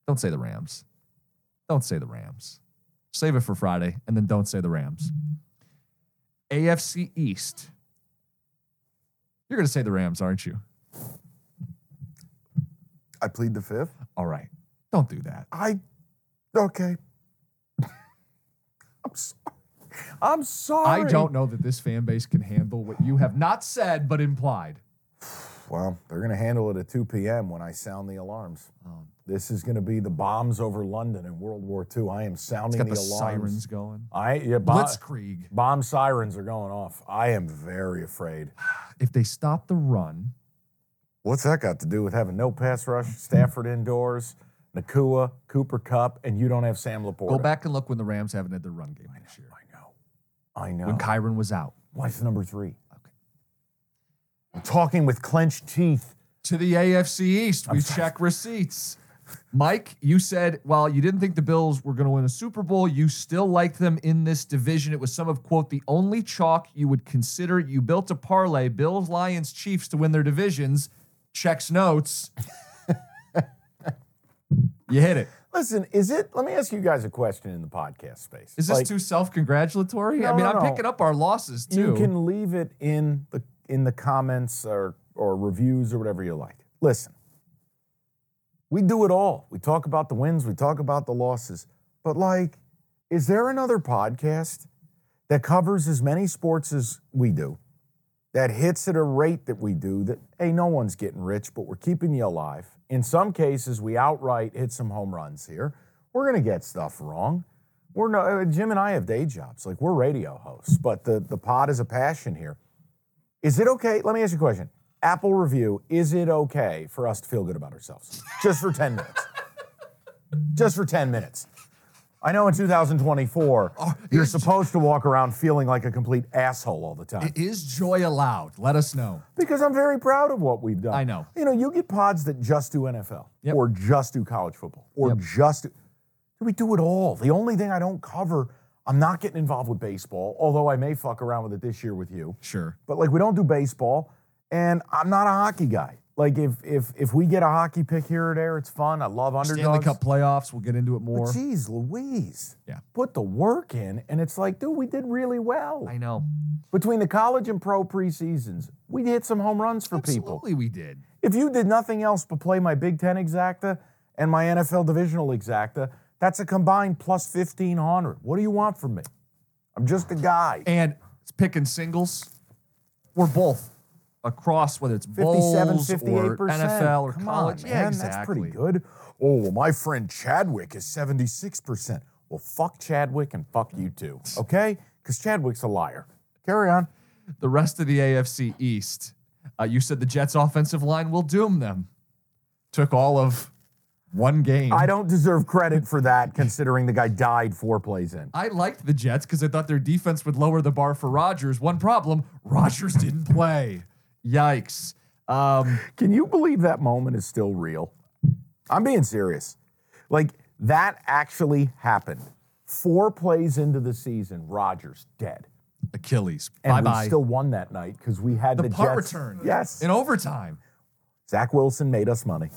[SPEAKER 1] Don't say the Rams. Don't say the Rams. Save it for Friday and then don't say the Rams. AFC East. You're going to say the Rams, aren't you?
[SPEAKER 2] I plead the fifth.
[SPEAKER 1] All right. Don't do that.
[SPEAKER 2] I okay. I'm sorry. I'm sorry.
[SPEAKER 1] I don't know that this fan base can handle what you have not said but implied.
[SPEAKER 2] Well, they're gonna handle it at 2 p.m. when I sound the alarms. Um, This is gonna be the bombs over London in World War II. I am
[SPEAKER 1] It's
[SPEAKER 2] sounding
[SPEAKER 1] got the,
[SPEAKER 2] alarms.
[SPEAKER 1] sirens going.
[SPEAKER 2] I yeah, bomb,
[SPEAKER 1] Blitzkrieg.
[SPEAKER 2] bomb sirens are going off. I am very afraid.
[SPEAKER 1] If they stop the run,
[SPEAKER 2] What's that got to do with having no pass rush, Stafford indoors, Nakua, Cooper Cup, and you don't have Sam Laporta?
[SPEAKER 1] go back and look when the Rams haven't had their run game this year.
[SPEAKER 2] I know.
[SPEAKER 1] When Kyron was out.
[SPEAKER 2] What's number three? Okay. I'm talking with clenched teeth.
[SPEAKER 1] To the AFC East, we check receipts. Mike, you said while you didn't think the Bills were going to win a Super Bowl, you still liked them in this division. It was some of quote the only chalk you would consider. You built a parlay: Bills, Lions, Chiefs to win their divisions. Checks notes. you hit it.
[SPEAKER 2] Listen, is it? Let me ask you guys a question in the podcast space.
[SPEAKER 1] Is this
[SPEAKER 2] Like,
[SPEAKER 1] too self-congratulatory? I
[SPEAKER 2] No,
[SPEAKER 1] mean,
[SPEAKER 2] no,
[SPEAKER 1] I'm
[SPEAKER 2] no.
[SPEAKER 1] picking up our losses too.
[SPEAKER 2] You can leave it in the in the comments or or reviews or whatever you like. Listen, we do it all. We talk about the wins, we talk about the losses. But like, is there another podcast that covers as many sports as we do? That hits at a rate that we do that hey, no one's getting rich, but we're keeping you alive. In some cases, we outright hit some home runs here. We're gonna get stuff wrong we're no uh, Jim and I have day jobs. Like we're radio hosts, but the the pod is a passion here. Is it okay? Let me ask you a question. Apple review, is it okay for us to feel good about ourselves? Just for 10 minutes. Just for 10 minutes. I know in 2024, you're supposed to walk around feeling like a complete asshole all the time.
[SPEAKER 1] Is joy allowed? Let us know.
[SPEAKER 2] Because I'm very proud of what we've done.
[SPEAKER 1] I know.
[SPEAKER 2] You know, you get pods that just do NFL or just do college football or just do, we do it all. The only thing I don't cover, I'm not getting involved with baseball, although I may fuck around with it this year with you.
[SPEAKER 1] Sure.
[SPEAKER 2] But like we don't do baseball and I'm not a hockey guy. Like if if if we get a hockey pick here or there, it's fun. I love underdogs.
[SPEAKER 1] Stanley Cup playoffs. We'll get into it more.
[SPEAKER 2] But geez, Louise.
[SPEAKER 1] Yeah.
[SPEAKER 2] Put the work in, and it's like, dude, we did really well.
[SPEAKER 1] I know.
[SPEAKER 2] Between the college and pro preseasons, we hit some home runs for people.
[SPEAKER 1] Absolutely, we did.
[SPEAKER 2] If you did nothing else but play my Big Ten exacta and my NFL divisional exacta, that's a combined plus 1,500. What do you want from me? I'm just a guy.
[SPEAKER 1] And picking singles, we're both across whether it's
[SPEAKER 2] 57,
[SPEAKER 1] bowls
[SPEAKER 2] 58%.
[SPEAKER 1] or NFL or
[SPEAKER 2] Come
[SPEAKER 1] college.
[SPEAKER 2] On,
[SPEAKER 1] yeah,
[SPEAKER 2] man,
[SPEAKER 1] exactly.
[SPEAKER 2] That's pretty good. Oh, well, my friend Chadwick is 76%. Well, fuck Chadwick and fuck you too, okay? Because Chadwick's a liar. Carry on.
[SPEAKER 1] The rest of the AFC East, uh, you said the Jets' offensive line will doom them. Took all of one game.
[SPEAKER 2] I don't deserve credit for that, considering the guy died four plays in.
[SPEAKER 1] I liked the Jets because I thought their defense would lower the bar for Rodgers. One problem: Rodgers didn't play. Yikes. Um,
[SPEAKER 2] Can you believe that moment is still real? I'm being serious. Like, that actually happened. Four plays into the season, Rodgers dead.
[SPEAKER 1] Achilles.
[SPEAKER 2] And
[SPEAKER 1] Bye
[SPEAKER 2] we
[SPEAKER 1] bye.
[SPEAKER 2] still won that night because we had
[SPEAKER 1] The
[SPEAKER 2] the,
[SPEAKER 1] punt
[SPEAKER 2] Jets-
[SPEAKER 1] return.
[SPEAKER 2] Yes.
[SPEAKER 1] in overtime.
[SPEAKER 2] Zach Wilson made us money.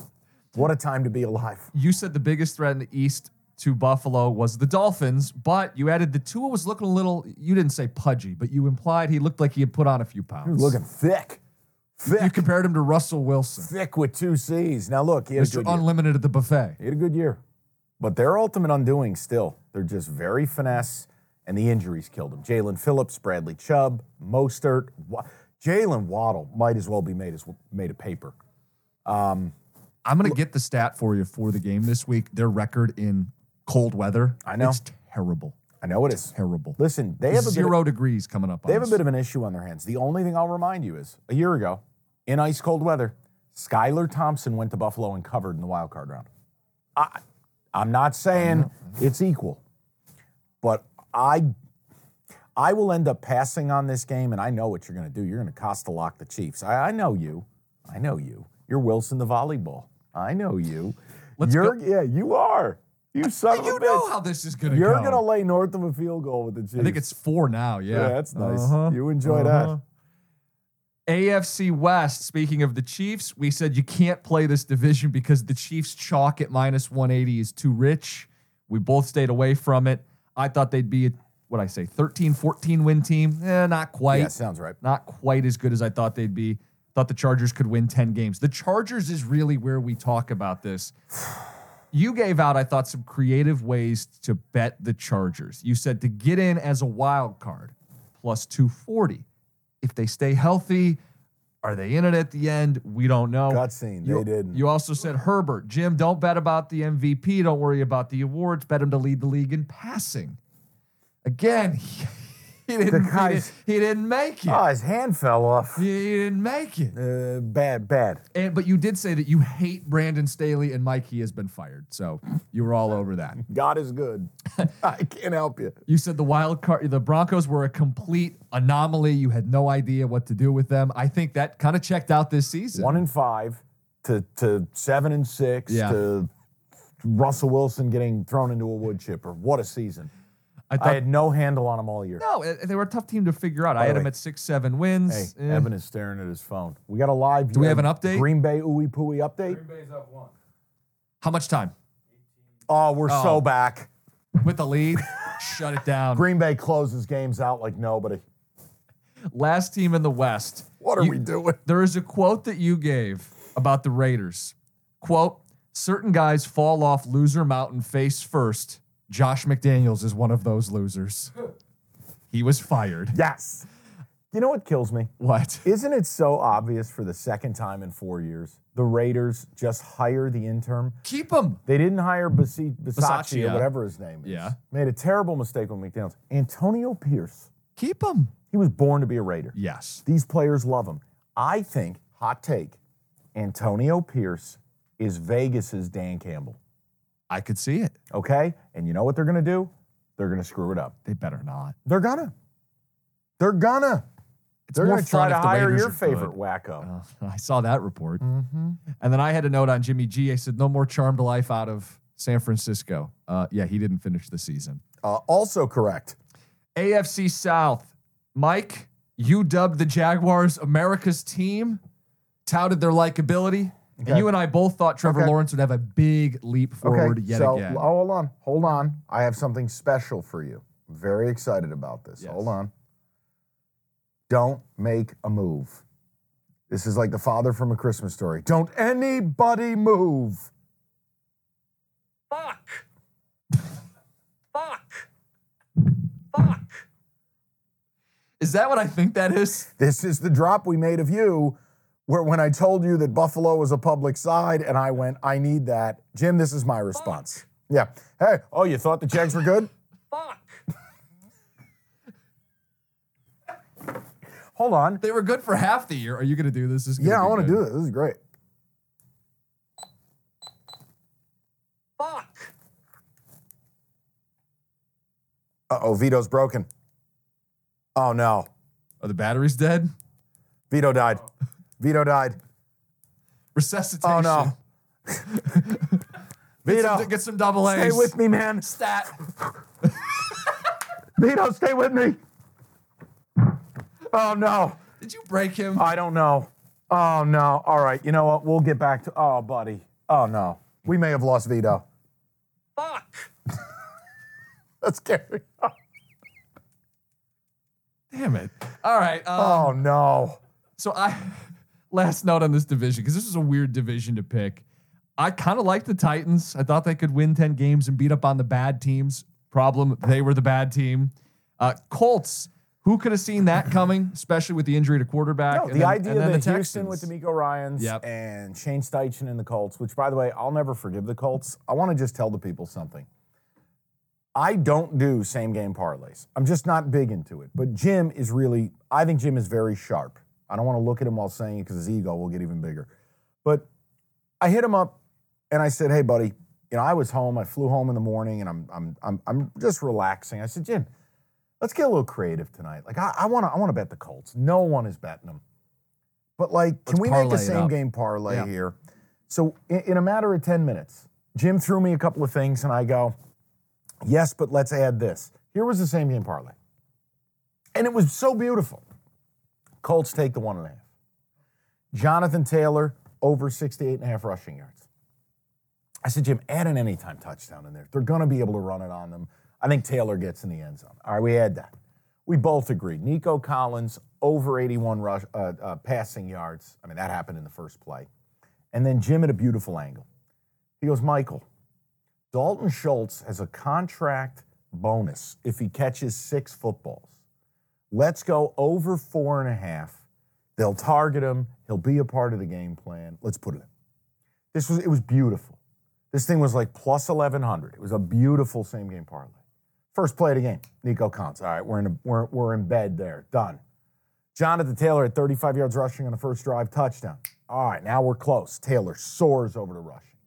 [SPEAKER 2] What a time to be alive.
[SPEAKER 1] you said the biggest threat in the East to Buffalo was the Dolphins, but you added the Tua was looking a little. You didn't say pudgy, but you implied he looked like he had put on a few pounds.
[SPEAKER 2] You're looking thick.
[SPEAKER 1] You
[SPEAKER 2] Thick.
[SPEAKER 1] compared him to Russell Wilson,
[SPEAKER 2] thick with two C's. Now, look, he had, a
[SPEAKER 1] Mr.
[SPEAKER 2] good, year.
[SPEAKER 1] Unlimited at the buffet.
[SPEAKER 2] he had a good year. But their ultimate undoing still. They're just very finesse, and the injuries killed him. Jalen Phillips, Bradley Chubb, Mostert. Wa- Jalen Waddle might as well be made, as, made of paper.
[SPEAKER 1] I'm gonna get the stat for you for the game this week. Their record in cold weather.
[SPEAKER 2] I know.
[SPEAKER 1] it's terrible,
[SPEAKER 2] I know it is.
[SPEAKER 1] terrible.
[SPEAKER 2] Listen, they have a bit of-
[SPEAKER 1] Zero degrees coming up. On
[SPEAKER 2] They have a
[SPEAKER 1] us.
[SPEAKER 2] bit of an issue on their hands. The only thing I'll remind you is a year ago, in ice cold weather, Skylar Thompson went to Buffalo and covered in the wild card round. I, I'm not saying
[SPEAKER 1] Mm-hmm.
[SPEAKER 2] it's equal, but I, I will end up passing on this game, and I know what you're going to do. You're going to Costa lock the Chiefs. I, I know you. I know you. You're Wilson the volleyball. I know you.
[SPEAKER 1] Let's
[SPEAKER 2] you're yeah, you are. You son of a
[SPEAKER 1] You
[SPEAKER 2] bitch.
[SPEAKER 1] know how this is gonna
[SPEAKER 2] you're
[SPEAKER 1] go.
[SPEAKER 2] going to lay north of a field goal with the Chiefs.
[SPEAKER 1] I think it's four now. Yeah,
[SPEAKER 2] Yeah, that's nice.
[SPEAKER 1] Uh-huh,
[SPEAKER 2] You enjoy that.
[SPEAKER 1] uh-huh. AFC West, speaking of the Chiefs, we said you can't play this division because the Chiefs chalk at minus 180 is too rich. We both stayed away from it. I thought they'd be, what I say, 13, 14 win team. Eh, not quite.
[SPEAKER 2] Yeah, sounds right.
[SPEAKER 1] Not quite as good as I thought they'd be. Thought the Chargers could win 10 games. The Chargers is really where we talk about this. you gave out, I thought, some creative ways to bet the Chargers. You said to get in as a wild card, plus 240. If they stay healthy, are they in it at the end? We don't know.
[SPEAKER 2] Got seen.
[SPEAKER 1] You,
[SPEAKER 2] They didn't.
[SPEAKER 1] You also said Herbert, Jim, don't bet about the MVP. Don't worry about the awards. Bet him to lead the league in passing. Again, he, he didn't,
[SPEAKER 2] guy's-
[SPEAKER 1] he, didn't, he didn't make it.
[SPEAKER 2] Oh, his hand fell off.
[SPEAKER 1] he, he didn't make it.
[SPEAKER 2] Uh, bad, bad.
[SPEAKER 1] And, but you did say that you hate Brandon Staley and Mike. He has been fired, so you were all over that.
[SPEAKER 2] God is good. I can't help you.
[SPEAKER 1] You said the wild card, the Broncos were a complete anomaly. You had no idea what to do with them. I think that kind of checked out this season.
[SPEAKER 2] One and five to to seven and six
[SPEAKER 1] Yeah.
[SPEAKER 2] to Russell Wilson getting thrown into a wood chipper. What a season!
[SPEAKER 1] I
[SPEAKER 2] I
[SPEAKER 1] thought
[SPEAKER 2] had no handle on him all year.
[SPEAKER 1] no, eh, they were a tough team to figure out. I
[SPEAKER 2] By
[SPEAKER 1] had
[SPEAKER 2] the
[SPEAKER 1] them
[SPEAKER 2] way-
[SPEAKER 1] at six, seven
[SPEAKER 2] Hey,
[SPEAKER 1] wins. Eh.
[SPEAKER 2] Evan is staring at his phone. We got a live.
[SPEAKER 1] Do we have an update?
[SPEAKER 2] Green Bay ooey pooey update.
[SPEAKER 3] Bay's up one.
[SPEAKER 1] How much time
[SPEAKER 2] Oh, we're
[SPEAKER 1] Oh.
[SPEAKER 2] so back.
[SPEAKER 1] with the lead? Shut it down.
[SPEAKER 2] Green Bay closes games out like nobody.
[SPEAKER 1] Last team in the West.
[SPEAKER 2] What are
[SPEAKER 1] You-
[SPEAKER 2] we doing?
[SPEAKER 1] There is a quote that you gave about the Raiders. Quote, certain guys fall off loser mountain face first. Josh McDaniels is one of those losers. He was fired.
[SPEAKER 2] Yes. You know what kills me?
[SPEAKER 1] What?
[SPEAKER 2] Isn't it so obvious for the second time in four years? The Raiders just hire the interim.
[SPEAKER 1] Keep him.
[SPEAKER 2] They didn't hire Basi- Bisacci
[SPEAKER 1] Bisaccia.
[SPEAKER 2] or whatever his name is.
[SPEAKER 1] Yeah.
[SPEAKER 2] Made a terrible mistake with McDonald's. Antonio Pierce.
[SPEAKER 1] Keep him.
[SPEAKER 2] He was born to be a Raider.
[SPEAKER 1] Yes.
[SPEAKER 2] These players love him. I think, hot take, Antonio Pierce is Vegas's Dan Campbell.
[SPEAKER 1] I could see it.
[SPEAKER 2] Okay? And you know what they're gonna do? They're gonna screw it up.
[SPEAKER 1] They better not.
[SPEAKER 2] They're gonna. They're gonna.
[SPEAKER 1] It's
[SPEAKER 2] They're
[SPEAKER 1] more
[SPEAKER 2] gonna try
[SPEAKER 1] fun
[SPEAKER 2] to
[SPEAKER 1] if the
[SPEAKER 2] hire
[SPEAKER 1] Raiders
[SPEAKER 2] your
[SPEAKER 1] are
[SPEAKER 2] favorite Mm-hmm.
[SPEAKER 1] good.
[SPEAKER 2] wacko.
[SPEAKER 1] Uh, I saw that report. And then I had a note on Jimmy G. I said, no more charmed life out of San Francisco. Uh, yeah, he didn't finish the season.
[SPEAKER 2] Uh, also correct.
[SPEAKER 1] AFC South. Mike, you dubbed the Jaguars America's team, touted their likability. And
[SPEAKER 2] Okay.
[SPEAKER 1] you and I both thought Trevor
[SPEAKER 2] Okay.
[SPEAKER 1] Lawrence would have a big leap forward yet
[SPEAKER 2] so,
[SPEAKER 1] again.
[SPEAKER 2] oh, hold on, hold on. I have something special for you. Very excited about this.
[SPEAKER 1] Yes.
[SPEAKER 2] Hold on. Don't make a move. This is like the father from a Christmas story. Don't anybody move.
[SPEAKER 3] Fuck. Fuck. Fuck.
[SPEAKER 1] Is that what I think that is?
[SPEAKER 2] This is the drop we made of you, where when I told you that Buffalo was a public side, and I went, I need that. Jim, this is my response. Yeah. Hey, oh, you thought the Jags were good?
[SPEAKER 3] Fuck.
[SPEAKER 2] Hold on.
[SPEAKER 1] They were good for half the year. Are you going to do this? this is gonna
[SPEAKER 2] Yeah, I
[SPEAKER 1] be
[SPEAKER 2] want to
[SPEAKER 1] good.
[SPEAKER 2] do this. This is great.
[SPEAKER 3] Fuck.
[SPEAKER 2] Uh oh, Vito's broken. Oh no.
[SPEAKER 1] Are the batteries dead?
[SPEAKER 2] Vito died. Vito died.
[SPEAKER 1] Resuscitation.
[SPEAKER 2] Oh no.
[SPEAKER 1] Get
[SPEAKER 2] Vito,
[SPEAKER 1] some, get some double A's.
[SPEAKER 2] stay with me, man.
[SPEAKER 1] Stat.
[SPEAKER 2] Vito, stay with me. Oh no.
[SPEAKER 1] Did you break him?
[SPEAKER 2] I don't know. Oh no. All right. You know what? We'll get back to. Oh, buddy. Oh no. We may have lost Vito.
[SPEAKER 3] Fuck.
[SPEAKER 2] Let's carry on.
[SPEAKER 1] Damn it. All right. Um,
[SPEAKER 2] Oh no.
[SPEAKER 1] So I last note on this division because this is a weird division to pick. I kind of like the Titans. I thought they could win ten games and beat up on the bad teams. Problem: they were the bad team. Uh, Colts. Who could have seen that coming, especially with the injury to quarterback?
[SPEAKER 2] No, the
[SPEAKER 1] and then-
[SPEAKER 2] idea
[SPEAKER 1] and then
[SPEAKER 2] that
[SPEAKER 1] the
[SPEAKER 2] Houston with
[SPEAKER 1] Texans.
[SPEAKER 2] D'Amico Ryans
[SPEAKER 1] Yep.
[SPEAKER 2] and Shane Steichen and the Colts, which, by the way, I'll never forgive the Colts. I want to just tell the people something. I don't do same game parlays. I'm just not big into it. But Jim is really, I think Jim is very sharp. I don't want to look at him while saying it because his ego will get even bigger. But I hit him up and I said, "Hey, buddy, you know, I was home. I flew home in the morning, and I'm I'm I'm I'm just relaxing." I said, "Jim, let's get a little creative tonight. Like, I want to I want to bet the Colts. No one is betting them, but like, can
[SPEAKER 1] Let's
[SPEAKER 2] we make a
[SPEAKER 1] parlay it
[SPEAKER 2] same
[SPEAKER 1] up.
[SPEAKER 2] game parlay
[SPEAKER 1] Yeah.
[SPEAKER 2] here?" So in, in a matter of ten minutes, Jim threw me a couple of things, and I go, "Yes, but let's add this." Here was the same game parlay, and it was so beautiful. Colts take the one and a half. Jonathan Taylor over 68 and a half rushing yards. I said, Jim, add an anytime touchdown in there. They're going to be able to run it on them. I think Taylor gets in the end zone. All right, we add that. We both agreed. Nico Collins over 81 rush, uh, uh, passing yards. I mean, that happened in the first play. And then Jim at a beautiful angle. He goes, Michael, Dalton Schultz has a contract bonus if he catches six footballs. Let's go over four and a half. They'll target him. He'll be a part of the game plan. Let's put it in. This was it was beautiful. This thing was like plus eleven hundred. It was a beautiful same game parlay. First play of the game, Nico Collins. All right, we're in a, we're, we're in bed there. Done. Jonathan Taylor at 35 yards rushing on the first drive, touchdown. All right, now we're close. Taylor soars over to rushing.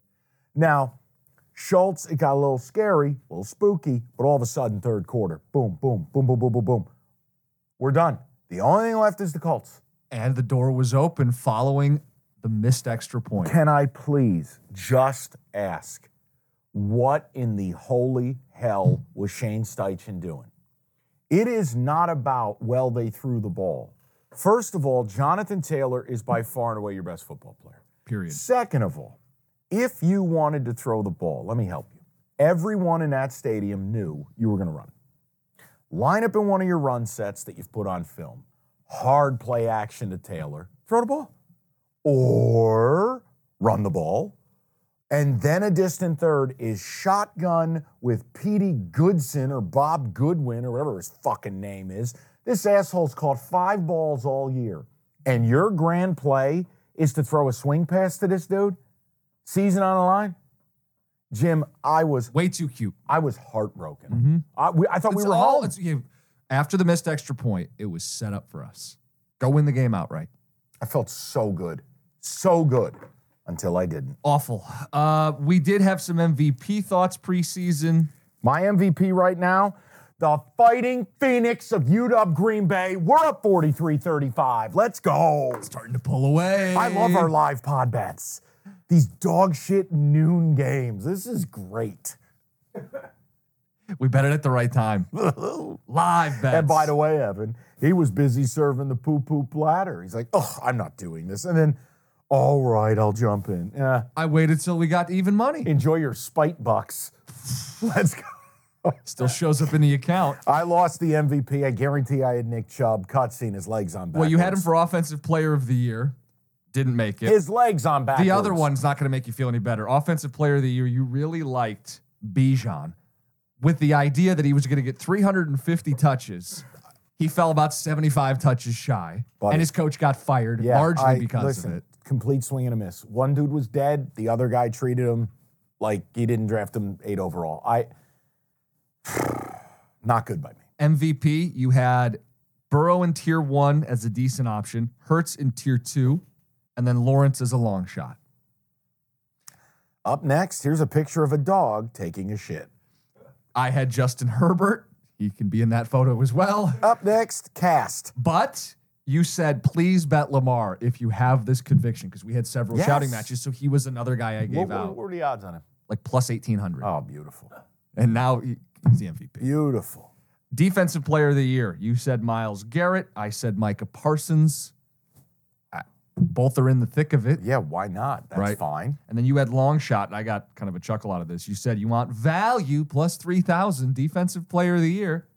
[SPEAKER 2] Now, Schultz, it got a little scary, a little spooky, but all of a sudden, third quarter, boom, boom, boom, boom, boom, boom, boom. We're done. The only thing left is the Colts.
[SPEAKER 1] And the door was open following the missed extra point.
[SPEAKER 2] Can I please just ask, what in the holy hell was Shane Steichen doing? It is not about, well, they threw the ball. First of all, Jonathan Taylor is by far and away your best football player.
[SPEAKER 1] Period.
[SPEAKER 2] Second of all, if you wanted to throw the ball, let me help you. Everyone in that stadium knew you were going to run. Line up in one of your run sets that you've put on film. Hard play action to Taylor. Throw the ball. Or run the ball. And then a distant third is shotgun with Petey Goodson or Bob Goodwin or whatever his fucking name is. This asshole's caught five balls all year. And your grand play is to throw a swing pass to this dude? Season on the line? Jim, I was
[SPEAKER 1] way too cute.
[SPEAKER 2] I was heartbroken. I, we- I thought
[SPEAKER 1] Mm-hmm. It's
[SPEAKER 2] we were
[SPEAKER 1] all-
[SPEAKER 2] all.
[SPEAKER 1] it's- you- after the missed extra point, it was set up for us. Go win the game outright.
[SPEAKER 2] I felt so good, so good, until I didn't.
[SPEAKER 1] Awful. Uh, we did have some MVP thoughts preseason.
[SPEAKER 2] My MVP right now, the Fighting Phoenix of UW Green Bay. We're up 43 35. Let's go.
[SPEAKER 1] Starting to pull away.
[SPEAKER 2] I love our live pod bets. These dog shit noon games. This is great.
[SPEAKER 1] We bet it at the right time. Live bets.
[SPEAKER 2] And by the way, Evan, he was busy serving the poo poo platter. He's like, oh, I'm not doing this. And then, all right, I'll jump in. Yeah.
[SPEAKER 1] I waited till we got even money.
[SPEAKER 2] Enjoy your spite bucks. Let's go.
[SPEAKER 1] Still shows up in the account.
[SPEAKER 2] I lost the MVP. I guarantee I had Nick Chubb cutscene his legs on backwards.
[SPEAKER 1] Well, you had him for offensive player of the year. Didn't make it.
[SPEAKER 2] his legs on backwards.
[SPEAKER 1] the other one's not going to make you feel any better. Offensive player of the year, you really liked Bijan with the idea that he was going to get 350 touches. He fell about 75 touches shy,
[SPEAKER 2] Buddy.
[SPEAKER 1] and his coach got fired
[SPEAKER 2] Yeah,
[SPEAKER 1] largely
[SPEAKER 2] I-
[SPEAKER 1] because
[SPEAKER 2] listen,
[SPEAKER 1] of it.
[SPEAKER 2] Complete swing and a miss. One dude was dead. The other guy treated him like he didn't draft him eight overall. I not good by me.
[SPEAKER 1] MVP, you had Burrow in tier one as a decent option, Hertz in tier two, and then Lawrence as a long shot.
[SPEAKER 2] Up next, here's a picture of a dog taking a shit.
[SPEAKER 1] I had Justin Herbert. He can be in that photo as well.
[SPEAKER 2] Up next, cast.
[SPEAKER 1] But you said, please bet Lamar if you have this conviction, because we had several
[SPEAKER 2] Yes.
[SPEAKER 1] shouting matches. So he was another guy I
[SPEAKER 2] What,
[SPEAKER 1] gave
[SPEAKER 2] what,
[SPEAKER 1] out,
[SPEAKER 2] what are the odds on him?
[SPEAKER 1] like plus 1,800.
[SPEAKER 2] Oh, beautiful,
[SPEAKER 1] And now he- he's the MVP.
[SPEAKER 2] beautiful.
[SPEAKER 1] Defensive player of the year. You said Miles Garrett. I said Micah Parsons. I- Both are in the thick of it.
[SPEAKER 2] Yeah, why not? That's
[SPEAKER 1] Right.
[SPEAKER 2] fine.
[SPEAKER 1] And then you had long shot, and I got kind of a chuckle out of this. You said you want value plus 3,000 defensive player of the year,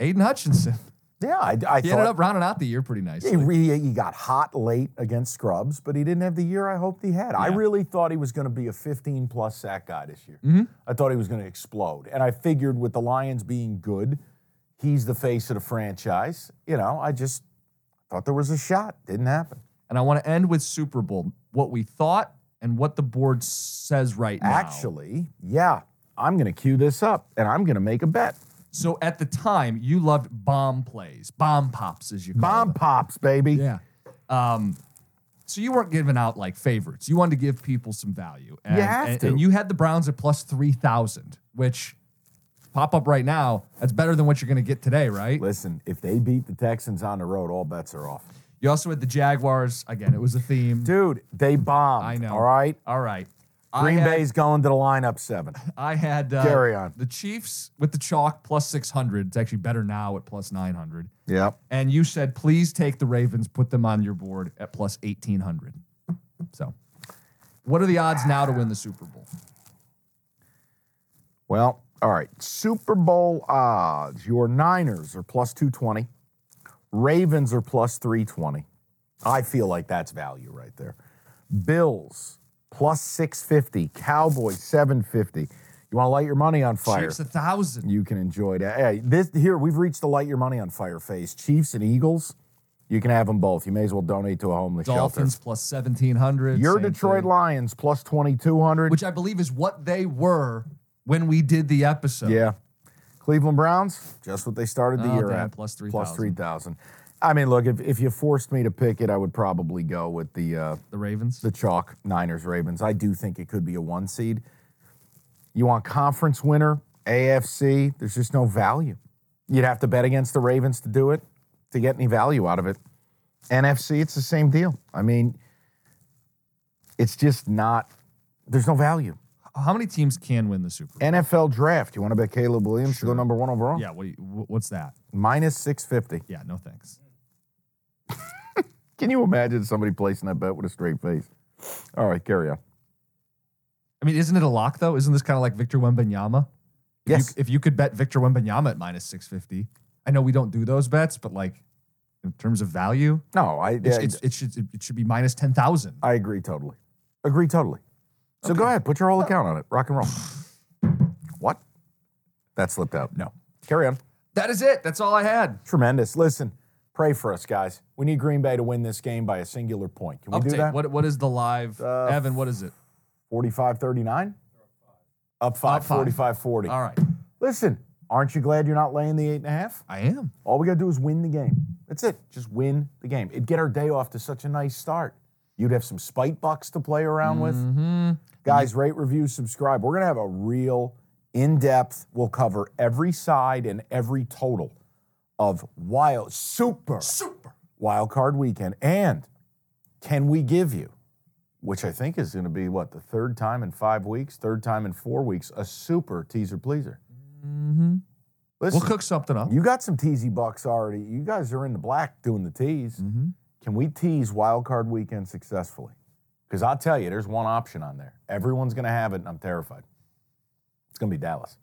[SPEAKER 1] Aiden Hutchinson.
[SPEAKER 2] Yeah, I, I
[SPEAKER 1] He
[SPEAKER 2] thought
[SPEAKER 1] ended up rounding out the year pretty nicely.
[SPEAKER 2] He, re- he got hot late against Scrubs, but he didn't have the year I hoped he had. I really thought he was going to be a 15 plus sack guy this year.
[SPEAKER 1] Mm-hmm.
[SPEAKER 2] I thought he was going to explode. And I figured with the Lions being good, he's the face of the franchise. You know, I just thought there was a shot. Didn't happen.
[SPEAKER 1] And I want to end with Super Bowl, what we thought and what the board says right now.
[SPEAKER 2] Actually, yeah, I'm going to cue this up and I'm going to make a bet.
[SPEAKER 1] So at the time, you loved bomb plays, bomb pops, as you call
[SPEAKER 2] Bomb
[SPEAKER 1] them.
[SPEAKER 2] pops, baby.
[SPEAKER 1] Yeah. Um, so you weren't giving out like favorites. You wanted to give people some value. And,
[SPEAKER 2] have
[SPEAKER 1] and,
[SPEAKER 2] to.
[SPEAKER 1] and you had the Browns at plus 3,000, which pop up right now. That's better than what you're going to get today, right?
[SPEAKER 2] Listen, if they beat the Texans on the road, all bets are off.
[SPEAKER 1] You also had the Jaguars. Again, it was a theme.
[SPEAKER 2] Dude, they bombed.
[SPEAKER 1] I know.
[SPEAKER 2] All right.
[SPEAKER 1] All right.
[SPEAKER 2] Green
[SPEAKER 1] I had,
[SPEAKER 2] Bay's going to the lineup seven.
[SPEAKER 1] I had uh,
[SPEAKER 2] Carry on.
[SPEAKER 1] the Chiefs with the chalk plus 600. It's actually better now at plus 900.
[SPEAKER 2] Yep.
[SPEAKER 1] And you said, please take the Ravens, put them on your board at plus 1800. So, what are the odds now to win the Super Bowl?
[SPEAKER 2] Well, all right. Super Bowl odds. Your Niners are plus 220. Ravens are plus 320. I feel like that's value right there. Bills plus 650. Cowboys 750. You want to light your money on fire?
[SPEAKER 1] Chiefs a thousand.
[SPEAKER 2] You can enjoy that. Hey, this here we've reached the light your money on fire phase. Chiefs and Eagles, you can have them both. You may as well donate to a homeless
[SPEAKER 1] Dolphins
[SPEAKER 2] shelter.
[SPEAKER 1] plus seventeen hundred.
[SPEAKER 2] Your Detroit Lions plus twenty two hundred,
[SPEAKER 1] which I believe is what they were when we did the episode.
[SPEAKER 2] Yeah. Cleveland Browns, just what they started the
[SPEAKER 1] Oh,
[SPEAKER 2] year
[SPEAKER 1] damn,
[SPEAKER 2] at.
[SPEAKER 1] plus 3,000.
[SPEAKER 2] Plus 3,000. I mean, look, if, if you forced me to pick it, I would probably go with the uh,
[SPEAKER 1] the Ravens,
[SPEAKER 2] the chalk Niners Ravens. I do think it could be a one seed. You want conference winner, AFC? There's just no value. You'd have to bet against the Ravens to do it to get any value out of it. NFC, it's the same deal. I mean, it's just not. There's no value.
[SPEAKER 1] How many teams can win the Super Bowl?
[SPEAKER 2] NFL draft. You want to bet Caleb Williams to go number one overall?
[SPEAKER 1] Yeah. What do you, wh- what's that?
[SPEAKER 2] Minus 650.
[SPEAKER 1] Yeah. No thanks.
[SPEAKER 2] Can you imagine somebody placing that bet with a straight face? All right, carry on.
[SPEAKER 1] I mean, isn't it a lock though? Isn't this kind of like Victor Wembanyama? If
[SPEAKER 2] Yes.
[SPEAKER 1] You, if you could bet Victor Wembanyama at minus six fifty, I know we don't do those bets, but like in terms of value,
[SPEAKER 2] No, I,
[SPEAKER 1] it's, it's, it should it should be minus ten thousand.
[SPEAKER 2] I agree totally. Agree totally. So go ahead, put your whole account on it. Rock and roll. what? That slipped out. No. Carry on.
[SPEAKER 1] That is it. That's all I had.
[SPEAKER 2] Tremendous. Listen, pray for us, guys. We need Green Bay to win this game by a singular point. Can we do
[SPEAKER 1] Update.
[SPEAKER 2] that?
[SPEAKER 1] What what is the live
[SPEAKER 2] Uh,
[SPEAKER 1] Evan? What is it?
[SPEAKER 2] 45 39? Up
[SPEAKER 1] Up
[SPEAKER 2] 5,
[SPEAKER 1] five.
[SPEAKER 2] 45 40.
[SPEAKER 1] All right,
[SPEAKER 2] Listen, aren't you glad you're not laying the eight and a half?
[SPEAKER 1] I am.
[SPEAKER 2] All we got to do is win the game. That's it. Just win the game. It'd get our day off to such a nice start. You'd have some spite bucks to play around with.
[SPEAKER 1] Mm-hmm.
[SPEAKER 2] Guys, rate, review, subscribe. We're going to have a real in depth, we'll cover every side and every total of wild, super, super wild card weekend. And can we give you, which I think is going to be what, the third time in five weeks, third time in four weeks, a super teaser pleaser?
[SPEAKER 1] Mm-hmm.
[SPEAKER 2] Listen,
[SPEAKER 1] We'll cook something up.
[SPEAKER 2] you got some teasy bucks already. You guys are in the black doing the tease.
[SPEAKER 1] Mhm.
[SPEAKER 2] Can we tease wild card weekend successfully? Because I'll tell you, there's one option on there. Everyone's going to have it, and I'm terrified. It's going to be Dallas.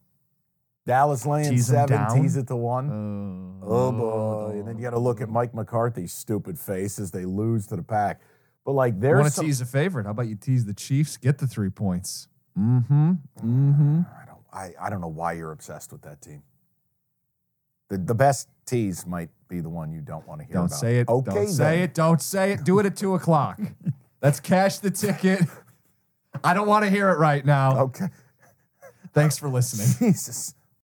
[SPEAKER 2] Dallas laying
[SPEAKER 1] Tease 'em
[SPEAKER 2] seven,
[SPEAKER 1] down?
[SPEAKER 2] tease it to one.
[SPEAKER 1] Oh,
[SPEAKER 2] Oh boy! And then you got to look at Mike McCarthy's stupid face as they lose to the pack. But like,
[SPEAKER 1] You want
[SPEAKER 2] there's
[SPEAKER 1] to
[SPEAKER 2] some,
[SPEAKER 1] tease a favorite? How about you tease the Chiefs? Get the three points. Mm-hmm. Mm-hmm.
[SPEAKER 2] I don't, I, I don't know why you're obsessed with that team. The, the best tease might be the one you don't want to hear.
[SPEAKER 1] Don't
[SPEAKER 2] about.
[SPEAKER 1] say it.
[SPEAKER 2] Okay,
[SPEAKER 1] Don't
[SPEAKER 2] then.
[SPEAKER 1] say it. Don't say it. Do it at two o'clock. Let's cash the ticket. I don't want to hear it right now.
[SPEAKER 2] Okay.
[SPEAKER 1] Thanks for listening.
[SPEAKER 2] Jesus.